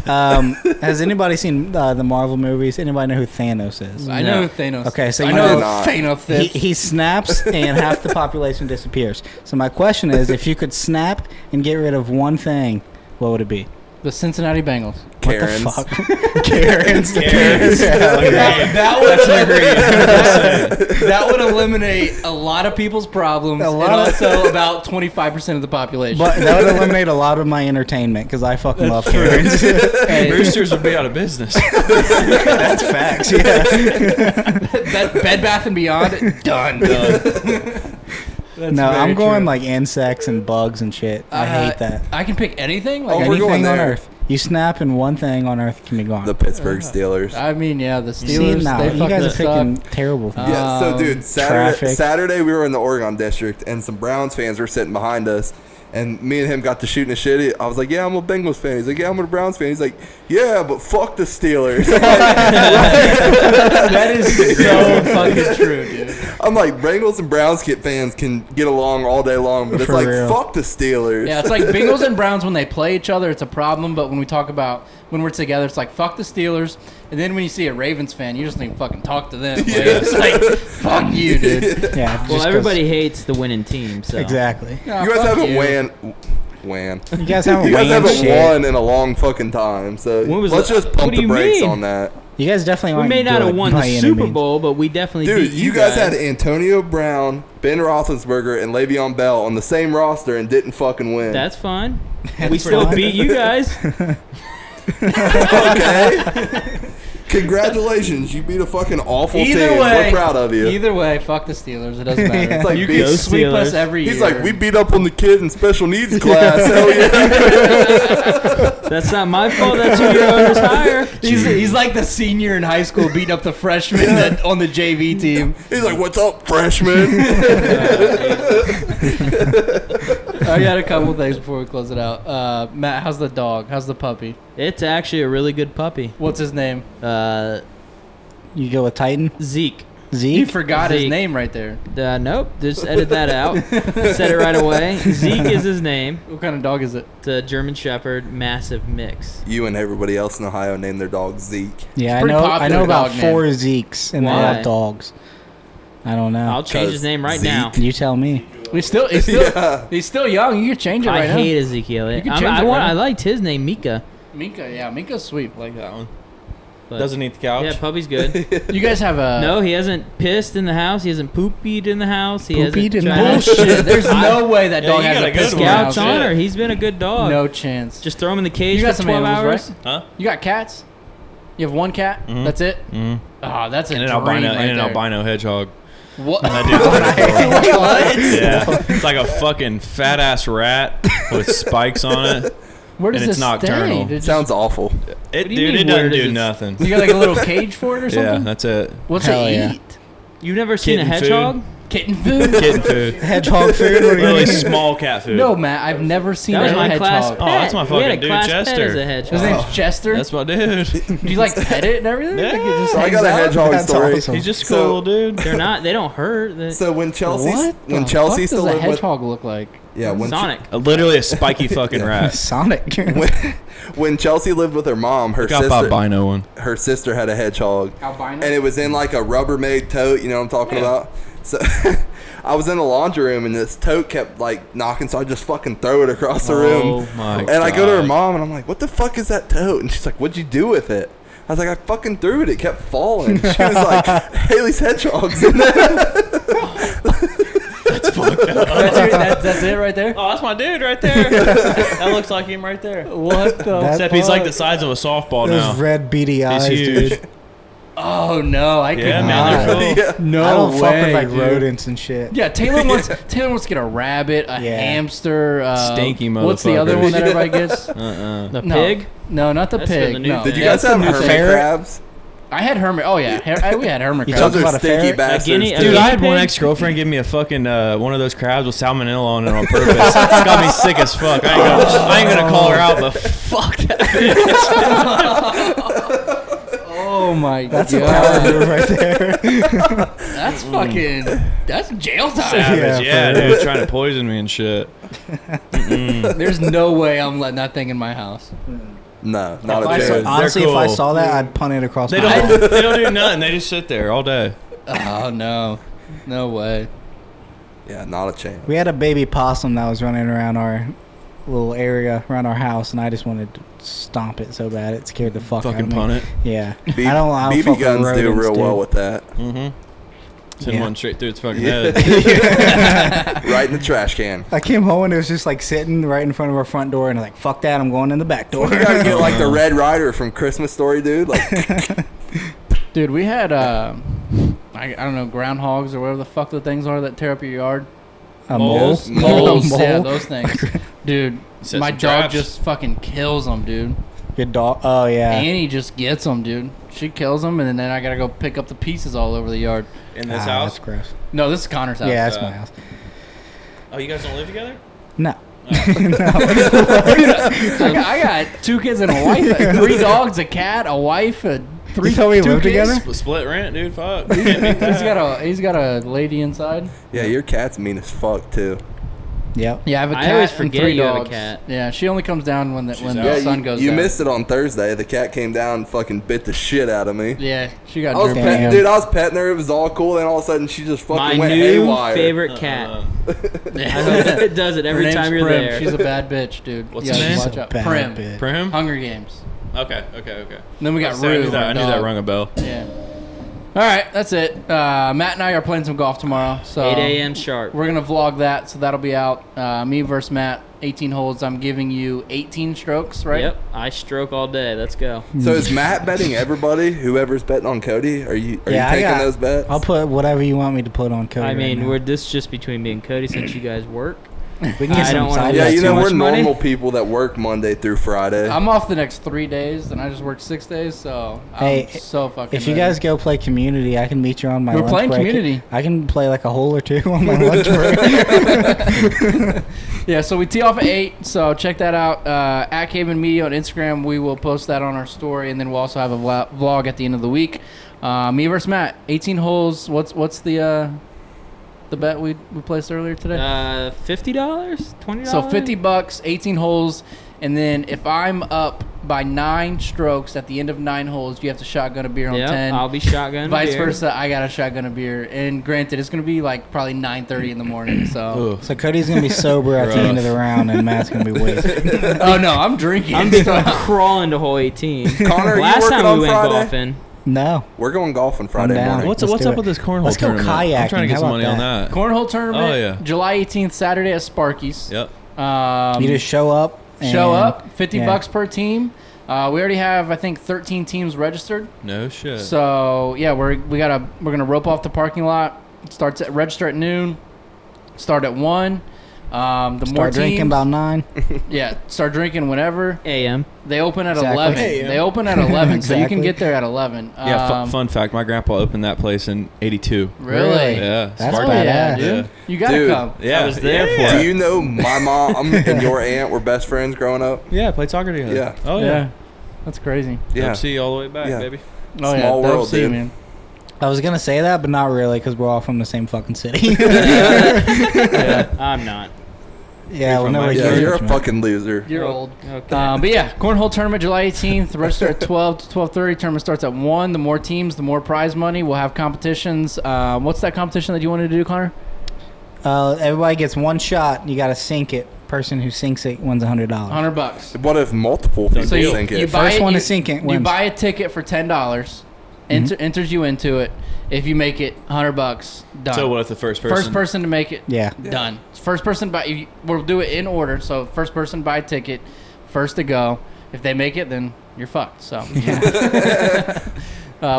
Speaker 5: um, Has anybody seen uh, the Marvel movies? Anybody know who Thanos is?
Speaker 1: I know who Thanos.
Speaker 5: Okay, so
Speaker 1: I
Speaker 5: you
Speaker 1: know
Speaker 4: did not.
Speaker 1: Thanos.
Speaker 5: He,
Speaker 1: This.
Speaker 5: he snaps, and half the population disappears. So my question is: If you could snap and get rid of one thing, what would it be?
Speaker 1: the Cincinnati Bengals.
Speaker 4: Karens.
Speaker 5: What the fuck? Karens. Karens.
Speaker 1: That, that would that, would eliminate a lot of people's problems
Speaker 5: A lot
Speaker 1: and
Speaker 5: of-
Speaker 1: also about twenty five percent of the population.
Speaker 5: But that would eliminate a lot of my entertainment because I fucking love Karens.
Speaker 1: Hey,
Speaker 3: Roosters would be out of business.
Speaker 5: That's facts. Yeah.
Speaker 1: Bed, Bed Bath and Beyond done.
Speaker 5: no,
Speaker 1: very
Speaker 5: I'm going
Speaker 1: true.
Speaker 5: like insects and bugs and shit. I hate
Speaker 1: Uh,
Speaker 5: that.
Speaker 1: I can pick anything. Like
Speaker 4: Oh,
Speaker 1: I
Speaker 4: we're
Speaker 1: can-
Speaker 4: going
Speaker 5: Anything on
Speaker 4: there.
Speaker 5: earth. You snap and one thing on earth can be gone.
Speaker 4: The Pittsburgh Steelers.
Speaker 1: I mean, yeah, the
Speaker 5: Oh. See,
Speaker 1: Steelers.
Speaker 5: now
Speaker 1: they
Speaker 5: you guys are
Speaker 1: fucking suck.
Speaker 5: picking terrible things.
Speaker 4: Yeah, so
Speaker 1: Um,
Speaker 4: dude, Saturday,
Speaker 5: traffic.
Speaker 4: Saturday we were in the Oregon district, and some Browns fans were sitting behind us, and me and him got to shooting the shit. I was like, "Yeah, I'm a Bengals fan." He's like, "Yeah, I'm a Browns fan." He's like, "Yeah, but fuck the Steelers."
Speaker 1: that is so fucking true, dude.
Speaker 4: I'm like, "Bengals and Browns kid fans can get along all day long, but it's
Speaker 5: For
Speaker 4: like,
Speaker 5: real.
Speaker 4: fuck the Steelers."
Speaker 1: Yeah, it's like Bengals and Browns when they play each other, it's a problem. But when we talk about when we're together, it's like fuck the Steelers. And then when you see a Ravens fan, you just need to fucking talk to them. Like, It's like fuck you, dude.
Speaker 5: Yeah, just 'cause-
Speaker 2: Well, everybody hates the winning team. So
Speaker 5: Exactly.
Speaker 1: Nah,
Speaker 4: you guys
Speaker 1: fuck
Speaker 4: haven't
Speaker 1: you.
Speaker 4: won, won.
Speaker 5: You guys haven't,
Speaker 4: You guys
Speaker 5: won
Speaker 4: haven't
Speaker 5: Oh, shit.
Speaker 4: won in a long fucking time. So
Speaker 2: When was
Speaker 4: let's
Speaker 2: the-
Speaker 4: just
Speaker 2: what
Speaker 4: pump
Speaker 2: do
Speaker 4: the
Speaker 2: you
Speaker 4: brakes
Speaker 2: mean?
Speaker 4: on that,
Speaker 5: You guys definitely
Speaker 2: We
Speaker 5: aren't
Speaker 2: may not
Speaker 5: good
Speaker 2: have won
Speaker 5: by
Speaker 2: the
Speaker 5: any
Speaker 2: Super
Speaker 5: means.
Speaker 2: Bowl, but we definitely
Speaker 4: dude.
Speaker 2: beat
Speaker 4: You guys had Antonio Brown, Ben Roethlisberger, and Le'Veon Bell on the same roster and didn't fucking win.
Speaker 2: That's fine. we still
Speaker 5: fine.
Speaker 2: beat you guys.
Speaker 4: okay. Congratulations, you beat a fucking awful
Speaker 1: Either
Speaker 4: team.
Speaker 1: way,
Speaker 4: We're proud of you.
Speaker 1: Either way, fuck the Steelers. It doesn't matter.
Speaker 4: It's like
Speaker 1: you
Speaker 4: beat-
Speaker 1: can sweep us
Speaker 2: Steelers.
Speaker 1: every
Speaker 4: He's
Speaker 1: year.
Speaker 4: like, we beat up on the kid in special needs class. Hell yeah.
Speaker 2: That's not my fault. That's who your owner's hire.
Speaker 1: He's, he's like the senior in high school beating up the freshman that, on the JV team.
Speaker 4: He's like, what's up, freshman?
Speaker 1: I got a couple things before we close it out. Uh, Matt, how's the dog? How's the puppy?
Speaker 2: It's actually a really good puppy.
Speaker 1: What's his name?
Speaker 2: Uh,
Speaker 5: You go with Titan
Speaker 2: Zeke.
Speaker 1: He
Speaker 5: Zeke.
Speaker 1: forgot his
Speaker 2: Zeke.
Speaker 1: name right there.
Speaker 2: Uh, nope. Just edit that out. Said it right away. Zeke is his name.
Speaker 1: What kind of dog is it?
Speaker 2: It's a German Shepherd, massive mix.
Speaker 4: you and everybody else in Ohio named their dog Zeke.
Speaker 5: Yeah, I
Speaker 1: pretty
Speaker 5: know. I
Speaker 1: popular
Speaker 5: know about
Speaker 1: dog
Speaker 5: four Zekes and they're
Speaker 2: Why?
Speaker 5: all dogs. I don't
Speaker 1: Uh,
Speaker 5: know.
Speaker 2: I'll change his name right now.
Speaker 5: you tell me.
Speaker 1: We still, he's still,
Speaker 4: Yeah.
Speaker 1: he's still young. You can change it right
Speaker 2: I
Speaker 1: now.
Speaker 2: hate Ezekiel.
Speaker 1: You
Speaker 2: I'm,
Speaker 1: can change
Speaker 2: I,
Speaker 1: it,
Speaker 2: want,
Speaker 1: right?
Speaker 2: I liked his name, Mika.
Speaker 1: Minka, yeah, Minka's sweet. Like that one.
Speaker 2: But
Speaker 3: Doesn't eat the couch.
Speaker 2: yeah, puppy's good.
Speaker 1: You guys have a
Speaker 2: no, he hasn't pissed in the house. He hasn't poopied in the house. He hasn't
Speaker 5: Poopied in the
Speaker 2: tried-
Speaker 5: house?
Speaker 1: bullshit. There's no way that
Speaker 3: Yeah,
Speaker 1: dog
Speaker 3: you
Speaker 1: has
Speaker 3: got
Speaker 1: a
Speaker 3: a good
Speaker 1: piss
Speaker 3: one.
Speaker 1: couch.
Speaker 2: Scouts
Speaker 3: Shit.
Speaker 2: honor. He's been a good dog.
Speaker 1: No chance.
Speaker 2: Just throw him in the cage
Speaker 1: You got
Speaker 2: for
Speaker 1: some
Speaker 2: 12
Speaker 1: animals,
Speaker 2: hours.
Speaker 1: right?
Speaker 3: Huh?
Speaker 1: You got cats? You have one cat. That's it.
Speaker 3: Mhm.
Speaker 1: Ah, that's a
Speaker 3: And an
Speaker 1: dream
Speaker 3: albino,
Speaker 1: right
Speaker 3: and an
Speaker 1: there.
Speaker 3: albino hedgehog.
Speaker 1: What?
Speaker 3: That dude's adorable.
Speaker 1: Wait, what?
Speaker 3: yeah, it's like a fucking fat ass rat with spikes on it.
Speaker 1: Where does
Speaker 3: And it's
Speaker 1: this
Speaker 3: nocturnal.
Speaker 1: stay? Did you-
Speaker 4: Sounds awful.
Speaker 3: It
Speaker 2: do you
Speaker 3: dude,
Speaker 2: mean,
Speaker 3: it
Speaker 2: where
Speaker 3: doesn't
Speaker 2: does
Speaker 3: do
Speaker 2: it-
Speaker 3: nothing.
Speaker 1: You got like a little cage for it or
Speaker 3: Yeah,
Speaker 1: something?
Speaker 3: that's it.
Speaker 1: What's
Speaker 5: Hell
Speaker 1: it
Speaker 5: yeah.
Speaker 1: eat?
Speaker 2: You've never seen a
Speaker 3: Kitten food.
Speaker 2: hedgehog?
Speaker 1: Kitten food?
Speaker 3: Kitten food.
Speaker 5: Hedgehog food. What do you
Speaker 3: really
Speaker 5: mean?
Speaker 3: small cat food.
Speaker 1: no, Matt. I've never seen
Speaker 2: That was
Speaker 1: a
Speaker 2: my class.
Speaker 1: hedgehog.
Speaker 2: Pet.
Speaker 3: Oh, that's my
Speaker 2: we had a
Speaker 3: fucking dude,
Speaker 2: class Pet
Speaker 3: Chester.
Speaker 2: as a
Speaker 1: His
Speaker 2: hedgehog.
Speaker 1: name's Chester.
Speaker 3: that's my dude.
Speaker 1: Do you like pet it and everything? Like, it
Speaker 3: Yeah.
Speaker 1: just
Speaker 4: So I
Speaker 1: hangs
Speaker 4: got a
Speaker 1: out?
Speaker 4: hedgehog
Speaker 5: That's
Speaker 4: story.
Speaker 5: awesome.
Speaker 3: He's just a
Speaker 4: So-
Speaker 3: cool little dude.
Speaker 2: They're not. They don't hurt. They-
Speaker 4: So when Chelsea,
Speaker 1: What?
Speaker 4: when
Speaker 1: the
Speaker 4: Chelsea
Speaker 1: fuck
Speaker 4: still
Speaker 1: does a
Speaker 4: lived with,
Speaker 1: hedgehog look like?
Speaker 4: yeah, when
Speaker 2: Sonic.
Speaker 3: Uh, Literally a spiky fucking rat.
Speaker 5: Sonic.
Speaker 4: when, when Chelsea lived with her mom, her
Speaker 3: Got
Speaker 4: sister,
Speaker 3: albino one.
Speaker 4: her sister had a hedgehog,
Speaker 1: Albino?
Speaker 4: and it was in like a Rubbermaid tote. You know what I'm talking about? So. I was in the laundry room and this tote kept like knocking, so I just fucking throw it across the
Speaker 3: Oh
Speaker 4: room.
Speaker 3: my
Speaker 4: and I go to her
Speaker 3: God.
Speaker 4: mom and I'm like, "What the fuck is that tote?" And she's like, "What'd you do with it?" I was like, "I fucking threw it. It kept falling." She was like, "Haley's hedgehogs in there."
Speaker 1: that's, your, that's, that's it right there.
Speaker 2: Oh, that's my dude right there. that looks like him right there.
Speaker 1: What the?
Speaker 5: That-
Speaker 1: fuck?
Speaker 3: Except he's like the size of a softball
Speaker 5: Those
Speaker 3: now.
Speaker 5: red beady eyes,
Speaker 3: huge.
Speaker 5: dude.
Speaker 1: Oh no, I could
Speaker 3: Yeah,
Speaker 1: not.
Speaker 3: man, they're cool.
Speaker 4: yeah.
Speaker 1: No
Speaker 5: I don't
Speaker 1: way,
Speaker 5: fuck with like
Speaker 1: dude.
Speaker 5: rodents and shit.
Speaker 1: Yeah, Taylor wants Taylor wants to get a rabbit, a
Speaker 5: Yeah.
Speaker 1: hamster. Uh,
Speaker 3: Stinky
Speaker 1: What's the other
Speaker 3: motherfuckers.
Speaker 1: one that everybody gets?
Speaker 3: Uh-uh.
Speaker 2: The
Speaker 1: No.
Speaker 2: pig.
Speaker 1: No, not the
Speaker 2: That's for
Speaker 1: pig.
Speaker 2: the new
Speaker 1: no.
Speaker 2: thing.
Speaker 4: Did you
Speaker 2: Yeah,
Speaker 4: guys
Speaker 5: that's
Speaker 4: have
Speaker 5: a new
Speaker 4: hermit
Speaker 5: ferret.
Speaker 4: crabs?
Speaker 1: I had hermit. Oh yeah, her, I, we had hermit
Speaker 5: You
Speaker 1: crabs.
Speaker 4: Those
Speaker 5: talking about
Speaker 4: are
Speaker 5: a ferret?
Speaker 4: stinky
Speaker 5: A
Speaker 4: bastards.
Speaker 2: guinea- a
Speaker 4: dude.
Speaker 3: Dude, I had
Speaker 2: Guinea
Speaker 3: one
Speaker 2: pig?
Speaker 3: ex girlfriend give me a fucking uh, one of those crabs with salmonella on it on purpose. It's got me sick as fuck. I ain't gonna, I ain't gonna call her out, but fuck that.
Speaker 1: Oh my
Speaker 5: That's a
Speaker 1: god,
Speaker 5: power move right there.
Speaker 1: that's fucking that's jail time.
Speaker 5: Yeah,
Speaker 3: Savage, yeah,
Speaker 5: for
Speaker 3: dude, was trying to poison me and shit.
Speaker 1: There's no way I'm letting that thing in my house.
Speaker 4: No, not a
Speaker 5: If I
Speaker 4: chance.
Speaker 5: saw-
Speaker 3: They're
Speaker 5: honestly, if I
Speaker 3: cool.
Speaker 5: saw that, I'd punt it across
Speaker 3: They
Speaker 5: my
Speaker 3: don't, they don't do nothing. They just sit there all day.
Speaker 1: Oh no, no way.
Speaker 4: Yeah, not a chance.
Speaker 5: We had a baby possum that was running around our little area around our house, and I just wanted to stomp it so bad it scared the fuck out
Speaker 3: Fucking
Speaker 5: of me.
Speaker 3: punt it.
Speaker 5: Yeah,
Speaker 4: B-
Speaker 5: I don't. I don't fuck
Speaker 4: BB
Speaker 5: with
Speaker 4: guns do
Speaker 5: rodents,
Speaker 4: real
Speaker 5: dude.
Speaker 4: well with that.
Speaker 3: Mm-hmm. Send
Speaker 5: Yeah.
Speaker 3: one straight through its fucking
Speaker 4: Yeah.
Speaker 3: head.
Speaker 4: right in the trash can.
Speaker 5: I came home and it was just like sitting right in front of our front door, and I was like, "Fuck that! I'm going in the back door."
Speaker 4: You gotta get like the Red Rider from Christmas Story, dude. Like,
Speaker 1: Dude, we had uh, I, I don't know groundhogs or whatever the fuck the things are that tear up your yard.
Speaker 5: a mole.
Speaker 3: Moles?
Speaker 1: Moles,
Speaker 5: Mole?
Speaker 1: yeah, those things. Dude,
Speaker 3: Set
Speaker 1: my
Speaker 3: some
Speaker 1: dog
Speaker 3: traps.
Speaker 1: just fucking kills them, dude.
Speaker 5: Your dog. Oh yeah.
Speaker 1: Annie just gets them, dude. She kills them, and then I gotta go pick up the pieces all over the yard.
Speaker 3: In this
Speaker 5: Ah,
Speaker 3: house.
Speaker 5: That's gross.
Speaker 1: No, this is Connor's house.
Speaker 5: Yeah, that's
Speaker 3: uh,
Speaker 5: my house.
Speaker 3: Oh, you guys don't live together?
Speaker 5: No.
Speaker 1: I, got, I got two kids and a wife, uh, three dogs, a cat, a wife, a three.
Speaker 5: You tell we
Speaker 1: two
Speaker 5: live
Speaker 1: kids.
Speaker 5: together?
Speaker 3: Spl- Split rent, dude. Fuck. Can't beat
Speaker 1: He's
Speaker 3: that.
Speaker 1: got a he's got a lady inside.
Speaker 4: yeah, your cat's mean as fuck too.
Speaker 5: Yep.
Speaker 1: Yeah, I have a
Speaker 2: I
Speaker 1: cat
Speaker 2: always
Speaker 1: and
Speaker 2: forget
Speaker 1: three
Speaker 2: you have a
Speaker 1: dogs.
Speaker 2: cat.
Speaker 1: Yeah, she only comes down when the when
Speaker 3: out.
Speaker 1: the
Speaker 4: Yeah,
Speaker 1: Oh, sun
Speaker 4: you,
Speaker 1: goes
Speaker 4: you
Speaker 1: down.
Speaker 4: missed it on Thursday. The cat came down, and fucking bit the shit out of me.
Speaker 1: Yeah, she got
Speaker 4: I was
Speaker 1: dripped.
Speaker 5: pet-
Speaker 4: petting,
Speaker 5: Damn.
Speaker 4: dude. I was petting her. It was all cool. Then all of a sudden, she just
Speaker 2: My
Speaker 4: fucking went
Speaker 2: new
Speaker 4: haywire.
Speaker 2: favorite cat.
Speaker 3: Uh,
Speaker 2: it does it
Speaker 1: Her
Speaker 2: every
Speaker 1: name's
Speaker 2: time you're
Speaker 1: Prim.
Speaker 2: there.
Speaker 1: She's a bad bitch, dude.
Speaker 3: What's
Speaker 1: yeah,
Speaker 3: her name?
Speaker 1: Watch
Speaker 5: She's a
Speaker 1: out.
Speaker 5: bad
Speaker 1: Prim.
Speaker 5: bitch.
Speaker 3: for him?
Speaker 1: Hunger Games.
Speaker 3: Okay, okay, okay.
Speaker 1: Then we got
Speaker 3: See, I
Speaker 1: Rue.
Speaker 3: knew, that, I
Speaker 1: our
Speaker 3: knew that
Speaker 1: dog.
Speaker 3: rung a bell.
Speaker 1: Yeah. All right, that's it. Uh, Matt and I are playing some golf tomorrow, so
Speaker 2: 8 a.m. sharp.
Speaker 1: We're gonna vlog that, so that'll be out. Uh, me versus Matt, 18 holds. I'm giving you 18 strokes, right?
Speaker 2: Yep. I stroke all day. Let's go.
Speaker 4: So is Matt betting everybody? Whoever's betting on Cody? Are you are
Speaker 5: Yeah,
Speaker 4: you
Speaker 5: I
Speaker 4: taking
Speaker 5: got-
Speaker 4: those bets?
Speaker 5: I'll put whatever you want me to put on Cody.
Speaker 2: I
Speaker 5: right
Speaker 2: mean,
Speaker 5: now.
Speaker 2: we're this is just between me and Cody since you guys work.
Speaker 5: we can
Speaker 2: I
Speaker 5: get
Speaker 2: don't
Speaker 5: some
Speaker 2: wanna
Speaker 5: side
Speaker 2: do
Speaker 4: yeah,
Speaker 2: got
Speaker 5: bets
Speaker 4: you
Speaker 5: too
Speaker 4: know
Speaker 5: much
Speaker 4: we're
Speaker 5: money.
Speaker 4: normal people that work Monday through Friday.
Speaker 1: I'm off the next three days, and I just worked six days, so
Speaker 5: Hey,
Speaker 1: I'm so fucking.
Speaker 5: If you
Speaker 1: ready.
Speaker 5: guys go play community, I can meet you on my.
Speaker 1: We're
Speaker 5: lunch
Speaker 1: playing
Speaker 5: break.
Speaker 1: Community.
Speaker 5: I can play like a hole or two on my lunch break.
Speaker 1: Yeah, so we tee off at eight. So check that out uh, at Caveman Media on Instagram. We will post that on our story, and then we'll also have a vla- vlog at the end of the week. Uh, me versus Matt, 18 holes. What's what's the uh, the bet we, we placed earlier today?
Speaker 2: Uh, fifty dollars, twenty dollars.
Speaker 1: so 50 bucks, 18 holes, and then if I'm up by nine strokes at the end of nine holes, you have to shotgun a beer on
Speaker 2: Yeah,
Speaker 1: 10.
Speaker 2: I'll be shotgun.
Speaker 1: Vice
Speaker 2: beer.
Speaker 1: versa, I got to shotgun a beer. And granted, it's gonna be like probably 9:30 in the morning. So
Speaker 5: so Cody's gonna be sober at the end of the round, and Matt's gonna be wasted.
Speaker 1: oh no, I'm drinking.
Speaker 2: I'm
Speaker 1: so-
Speaker 2: crawling to hole eighteen.
Speaker 4: Connor, are you
Speaker 2: Last
Speaker 4: working
Speaker 2: time
Speaker 4: on
Speaker 2: we went
Speaker 4: Friday?
Speaker 2: golfing,
Speaker 5: No,
Speaker 4: We're going golfing Friday
Speaker 5: down.
Speaker 4: morning.
Speaker 5: What's- Let's what's do up it. with
Speaker 3: this cornhole
Speaker 5: Let's go tournament? I'm trying to kayaking. get some How about money on
Speaker 3: that.
Speaker 1: Cornhole tournament,
Speaker 3: Oh, yeah.
Speaker 1: July 18th, Saturday at Sparky's.
Speaker 3: Yep.
Speaker 1: Um,
Speaker 5: you just show up. And
Speaker 1: show up, 50
Speaker 5: yeah.
Speaker 1: bucks per team. Uh, we already have, I think, 13 teams registered.
Speaker 6: No shit.
Speaker 1: So yeah, we're we gotta we're gonna rope off the parking lot. Starts at register at noon. Start at one. Um, the more
Speaker 5: Start drinking
Speaker 1: teams-
Speaker 5: about nine.
Speaker 1: yeah, start drinking whenever
Speaker 2: A.M.
Speaker 1: they open at
Speaker 5: Exactly.
Speaker 1: eleven.
Speaker 3: Hey,
Speaker 1: They open at eleven, so you can
Speaker 5: Exactly.
Speaker 1: get there at eleven.
Speaker 6: yeah. fu-
Speaker 1: Um,
Speaker 6: fun fact: My grandpa opened that place in '82.
Speaker 1: Really?
Speaker 6: Yeah.
Speaker 5: That's
Speaker 1: Oh,
Speaker 6: Spartan.
Speaker 1: yeah,
Speaker 5: badass.
Speaker 1: dude.
Speaker 6: Yeah.
Speaker 1: You gotta
Speaker 4: Dude.
Speaker 1: come.
Speaker 6: Yeah.
Speaker 2: I was there
Speaker 6: yeah.
Speaker 2: for
Speaker 4: Do you know my mom and your aunt were best friends growing up?
Speaker 6: Yeah, played soccer together.
Speaker 4: Yeah.
Speaker 6: Oh
Speaker 1: yeah,
Speaker 6: yeah.
Speaker 1: that's crazy.
Speaker 4: Yeah.
Speaker 6: FC all the way back,
Speaker 4: Yeah.
Speaker 6: baby.
Speaker 1: Oh yeah,
Speaker 4: Small
Speaker 1: Dub
Speaker 4: world,
Speaker 1: C,
Speaker 4: dude.
Speaker 1: man.
Speaker 5: I was gonna say that, but not really, because we're all from the same fucking city.
Speaker 2: I'm not.
Speaker 5: yeah, we're
Speaker 6: from
Speaker 5: never
Speaker 6: my-
Speaker 4: Yeah,
Speaker 5: here.
Speaker 4: you're a fucking loser.
Speaker 1: You're old.
Speaker 2: Okay.
Speaker 1: Um, but yeah, cornhole tournament July 18th. Register at 12 to 12:30. Tournament starts at one. The more teams, the more prize money. We'll have competitions. Um, what's that competition that you wanted to do, Connor?
Speaker 5: Uh, everybody gets one shot. You gotta sink it. Person who sinks it wins a hundred dollars.
Speaker 1: 100 bucks.
Speaker 4: What if multiple people
Speaker 1: So you,
Speaker 4: think
Speaker 1: you
Speaker 4: it?
Speaker 1: buy
Speaker 5: First
Speaker 1: it,
Speaker 5: one
Speaker 1: you,
Speaker 5: to sink it
Speaker 1: You
Speaker 5: wins. Mm-hmm.
Speaker 1: buy a ticket for ten dollars. Enter, Enters you into it. If you make it, 100 bucks. Done.
Speaker 3: So what if the first person?
Speaker 1: First person to make it.
Speaker 5: Yeah.
Speaker 1: Done. First person buy. you- We'll do it in order. So first person buy a ticket. First to go. If they make it, then you're fucked. So. Uh,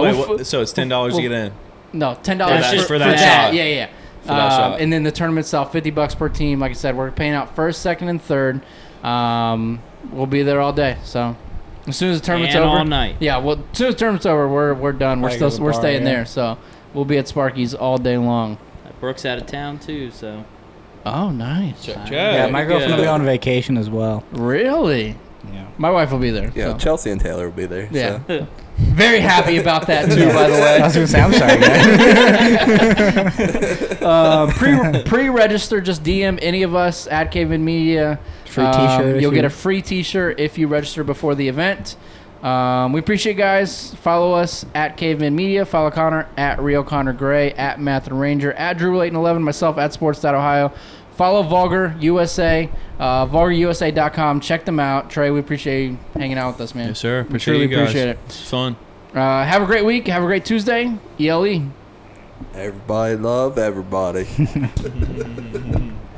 Speaker 3: Wait,
Speaker 1: we'll f-
Speaker 3: what, so it's ten dollars to get in.
Speaker 1: No, ten dollars
Speaker 3: that-
Speaker 1: for,
Speaker 3: for
Speaker 1: for
Speaker 3: that
Speaker 1: that.
Speaker 3: shot.
Speaker 1: Yeah, yeah.
Speaker 3: For that
Speaker 1: Um,
Speaker 3: shot.
Speaker 1: And then the tournament itself, fifty bucks per team. Like I said, we're paying out first, second, and third. Um, we'll be there all day. So as soon as the tournament's
Speaker 2: And
Speaker 1: over,
Speaker 2: all night.
Speaker 1: Yeah, well, as soon as the tournament's over, we're we're done. We're
Speaker 5: Probably
Speaker 1: still
Speaker 5: go to the
Speaker 1: we're
Speaker 5: bar,
Speaker 1: staying
Speaker 5: yeah.
Speaker 1: there. So we'll be at Sparky's all day long.
Speaker 2: Brooks out of town too, so
Speaker 1: Oh, nice.
Speaker 5: Yeah, my girlfriend will be on vacation as well.
Speaker 1: Really?
Speaker 5: Yeah.
Speaker 1: My wife will be there.
Speaker 4: yeah,
Speaker 1: so.
Speaker 4: Chelsea and Taylor will be there.
Speaker 1: Yeah.
Speaker 4: so.
Speaker 1: Very happy about that too. By the way.
Speaker 5: I was gonna say I'm sorry, man.
Speaker 1: Uh, pre pre register. Just DM any of us at Caveman Media. Um,
Speaker 5: Free t-shirt if
Speaker 1: You'll
Speaker 5: you-
Speaker 1: get a free T-shirt if you register before the event. Um, we appreciate you guys. Follow us at Caveman Media. Follow Connor at Real Connor Gray at Math and Ranger at Drew Leighton Eleven. Myself at Sports Ohio. Follow Vulgar USA, uh, vulgarusa.com. Check them out. Trey, we appreciate you hanging out with us, man.
Speaker 6: Yes, sir.
Speaker 1: We
Speaker 6: Appreciate
Speaker 1: truly
Speaker 6: you guys.
Speaker 1: appreciate it.
Speaker 6: It's fun.
Speaker 1: Uh, have a great week. Have a great Tuesday. E ELE.
Speaker 4: Everybody love everybody.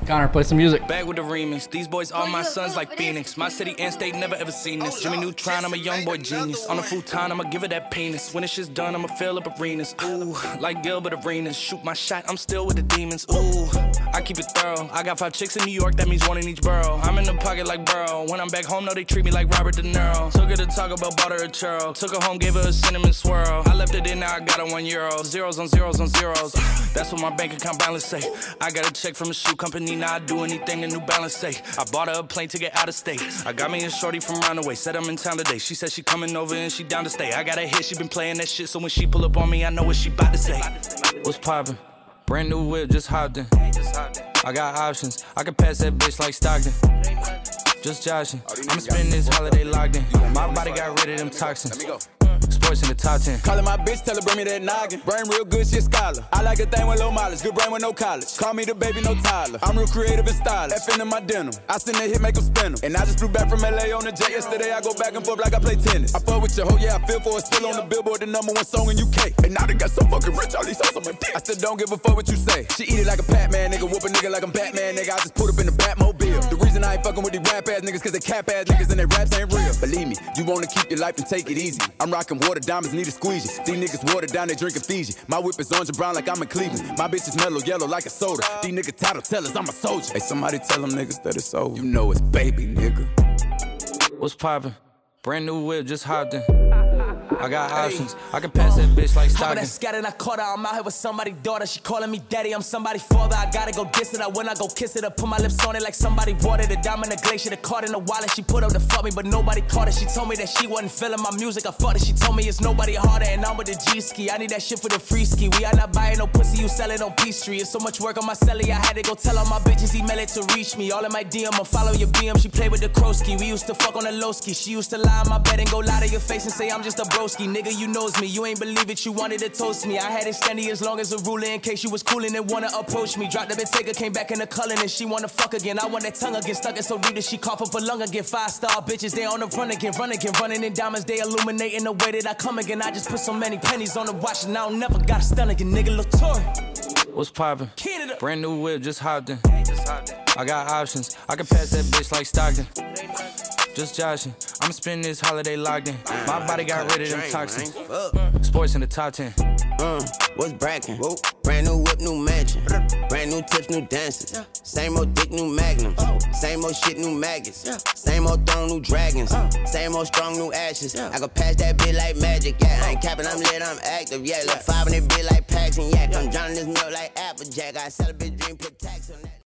Speaker 1: Connor, play some music.
Speaker 7: Back with the remix. These boys are my sons like Phoenix. My city and state never ever seen this. Jimmy Neutron, I'm a young boy genius. On a futon, I'ma give it that penis. When it's just done, I'ma fill up arenas. Ooh, like Gilbert Arenas. Shoot my shot, I'm still with the demons. Ooh, I keep it thorough. I got five chicks in New York, that means one in each borough. I'm in the pocket like Burrow. When I'm back home, no, they treat me like Robert De Niro. Took her to Taco Bell, bought her a churl. Took her home, gave her a cinnamon swirl. I left it in, now I got a one euro. Zeros on zeros on zeros. That's what my bank account balance say. I got a check from a shoe company, now I do anything a New Balance say. I bought her a plane ticket out of state. I got me a shorty from Runaway, said I'm in town today. She said she coming over and she down to stay. I got a hit, she been playing that shit, so when she pull up on me, I know what she about to say. What's poppin'? Brand new whip, just hopped in. I got options. I can pass that bitch like Stockton. Just joshing. I'ma spend this holiday locked in. My body got rid of them toxins. Mm, Sports in the top 10.
Speaker 8: Calling my bitch, tell her bring me that noggin. Brain real good, she a scholar. I like a thing with low mileage, good brain with no college. Call me the baby, no Tyler. I'm real creative and stylish. F in my denim. I send that hit, make 'em spin 'em. And I just flew back from LA on the jet yesterday. I go back and forth like I play tennis. I fuck with your hoe, yeah, I feel for it. Still on the billboard, the number one song in UK. And now they got so fucking rich, all these hoes on my dick. I said, don't give a fuck what you say. She eat it like a Batman, nigga. Whoop a nigga like I'm Batman, nigga. I just put up in the Batmobile. The reason I ain't fucking with these rap ass niggas, cause they cap ass niggas and they raps ain't real. Believe me, you wanna keep your life and take it easy. I'm rocking water diamonds, need a squeegee. These niggas water down, they drinking Fiji. My whip is orange and brown like I'm in Cleveland. My bitch is mellow yellow like a soda. These niggas title tellers, I'm a soldier. Hey, somebody tell them niggas that it's over. You know it's baby, nigga.
Speaker 7: What's poppin'? Brand new whip, just hopped in. I got options. I can pass that bitch like
Speaker 8: How
Speaker 7: Stockton.
Speaker 8: that scattered, I caught her. I'm out here with somebody's daughter. She calling me daddy. I'm somebody's father. I gotta go diss it. I when I go kiss it. I put my lips on it like somebody watered a diamond, a glacier, a card in a wallet. She put up to fuck me, but nobody caught it. She told me that she wasn't feeling my music. I fought it. She told me it's nobody harder, and I'm with the G ski. I need that shit for the free ski. We are not buying no pussy. You sell it on Peachtree. It's so much work on my celly. I had to go tell all my bitches email it to reach me. All in my DM, I follow your BM. She played with the Krosky. We used to fuck on the low ski. She used to lie on my bed and go lie to your face and say I'm just a broski. Nigga, you knows me. You ain't believe it. You wanted to toast me. I had it standing as long as a ruler in case you was coolin' and wanna approach me. Dropped the Bentayga, came back in the Cullen and she wanna fuck again. I want that tongue again. Stuck it so deep that she cough up a lung again. Five star bitches, they on the run again. Run again. Running in diamonds, they illuminating the way that I come again. I just put so many pennies on the watch and I don't never got a stun again. Nigga, Latour.
Speaker 7: What's poppin'?
Speaker 8: Canada.
Speaker 7: Brand new whip, just hopped in. I got options. I can pass that bitch like Stockton. Just joshing. I'm spending this holiday locked in. My body got rid of them toxins. Sports in the top 10.
Speaker 9: Uh, what's brackin'? Brand new whip, new mansion. Brand new tips, new dances. Same old dick, new magnums. Same old shit, new maggots. Same old throne, new dragons. Same old strong, new ashes. I could pass that bit like magic. Yeah, I ain't capping, I'm lit, I'm active. Yeah, look five in it bit like Paxton. Yeah, I'm drowning this milk like Applejack. I celebrate dream, put tax on that.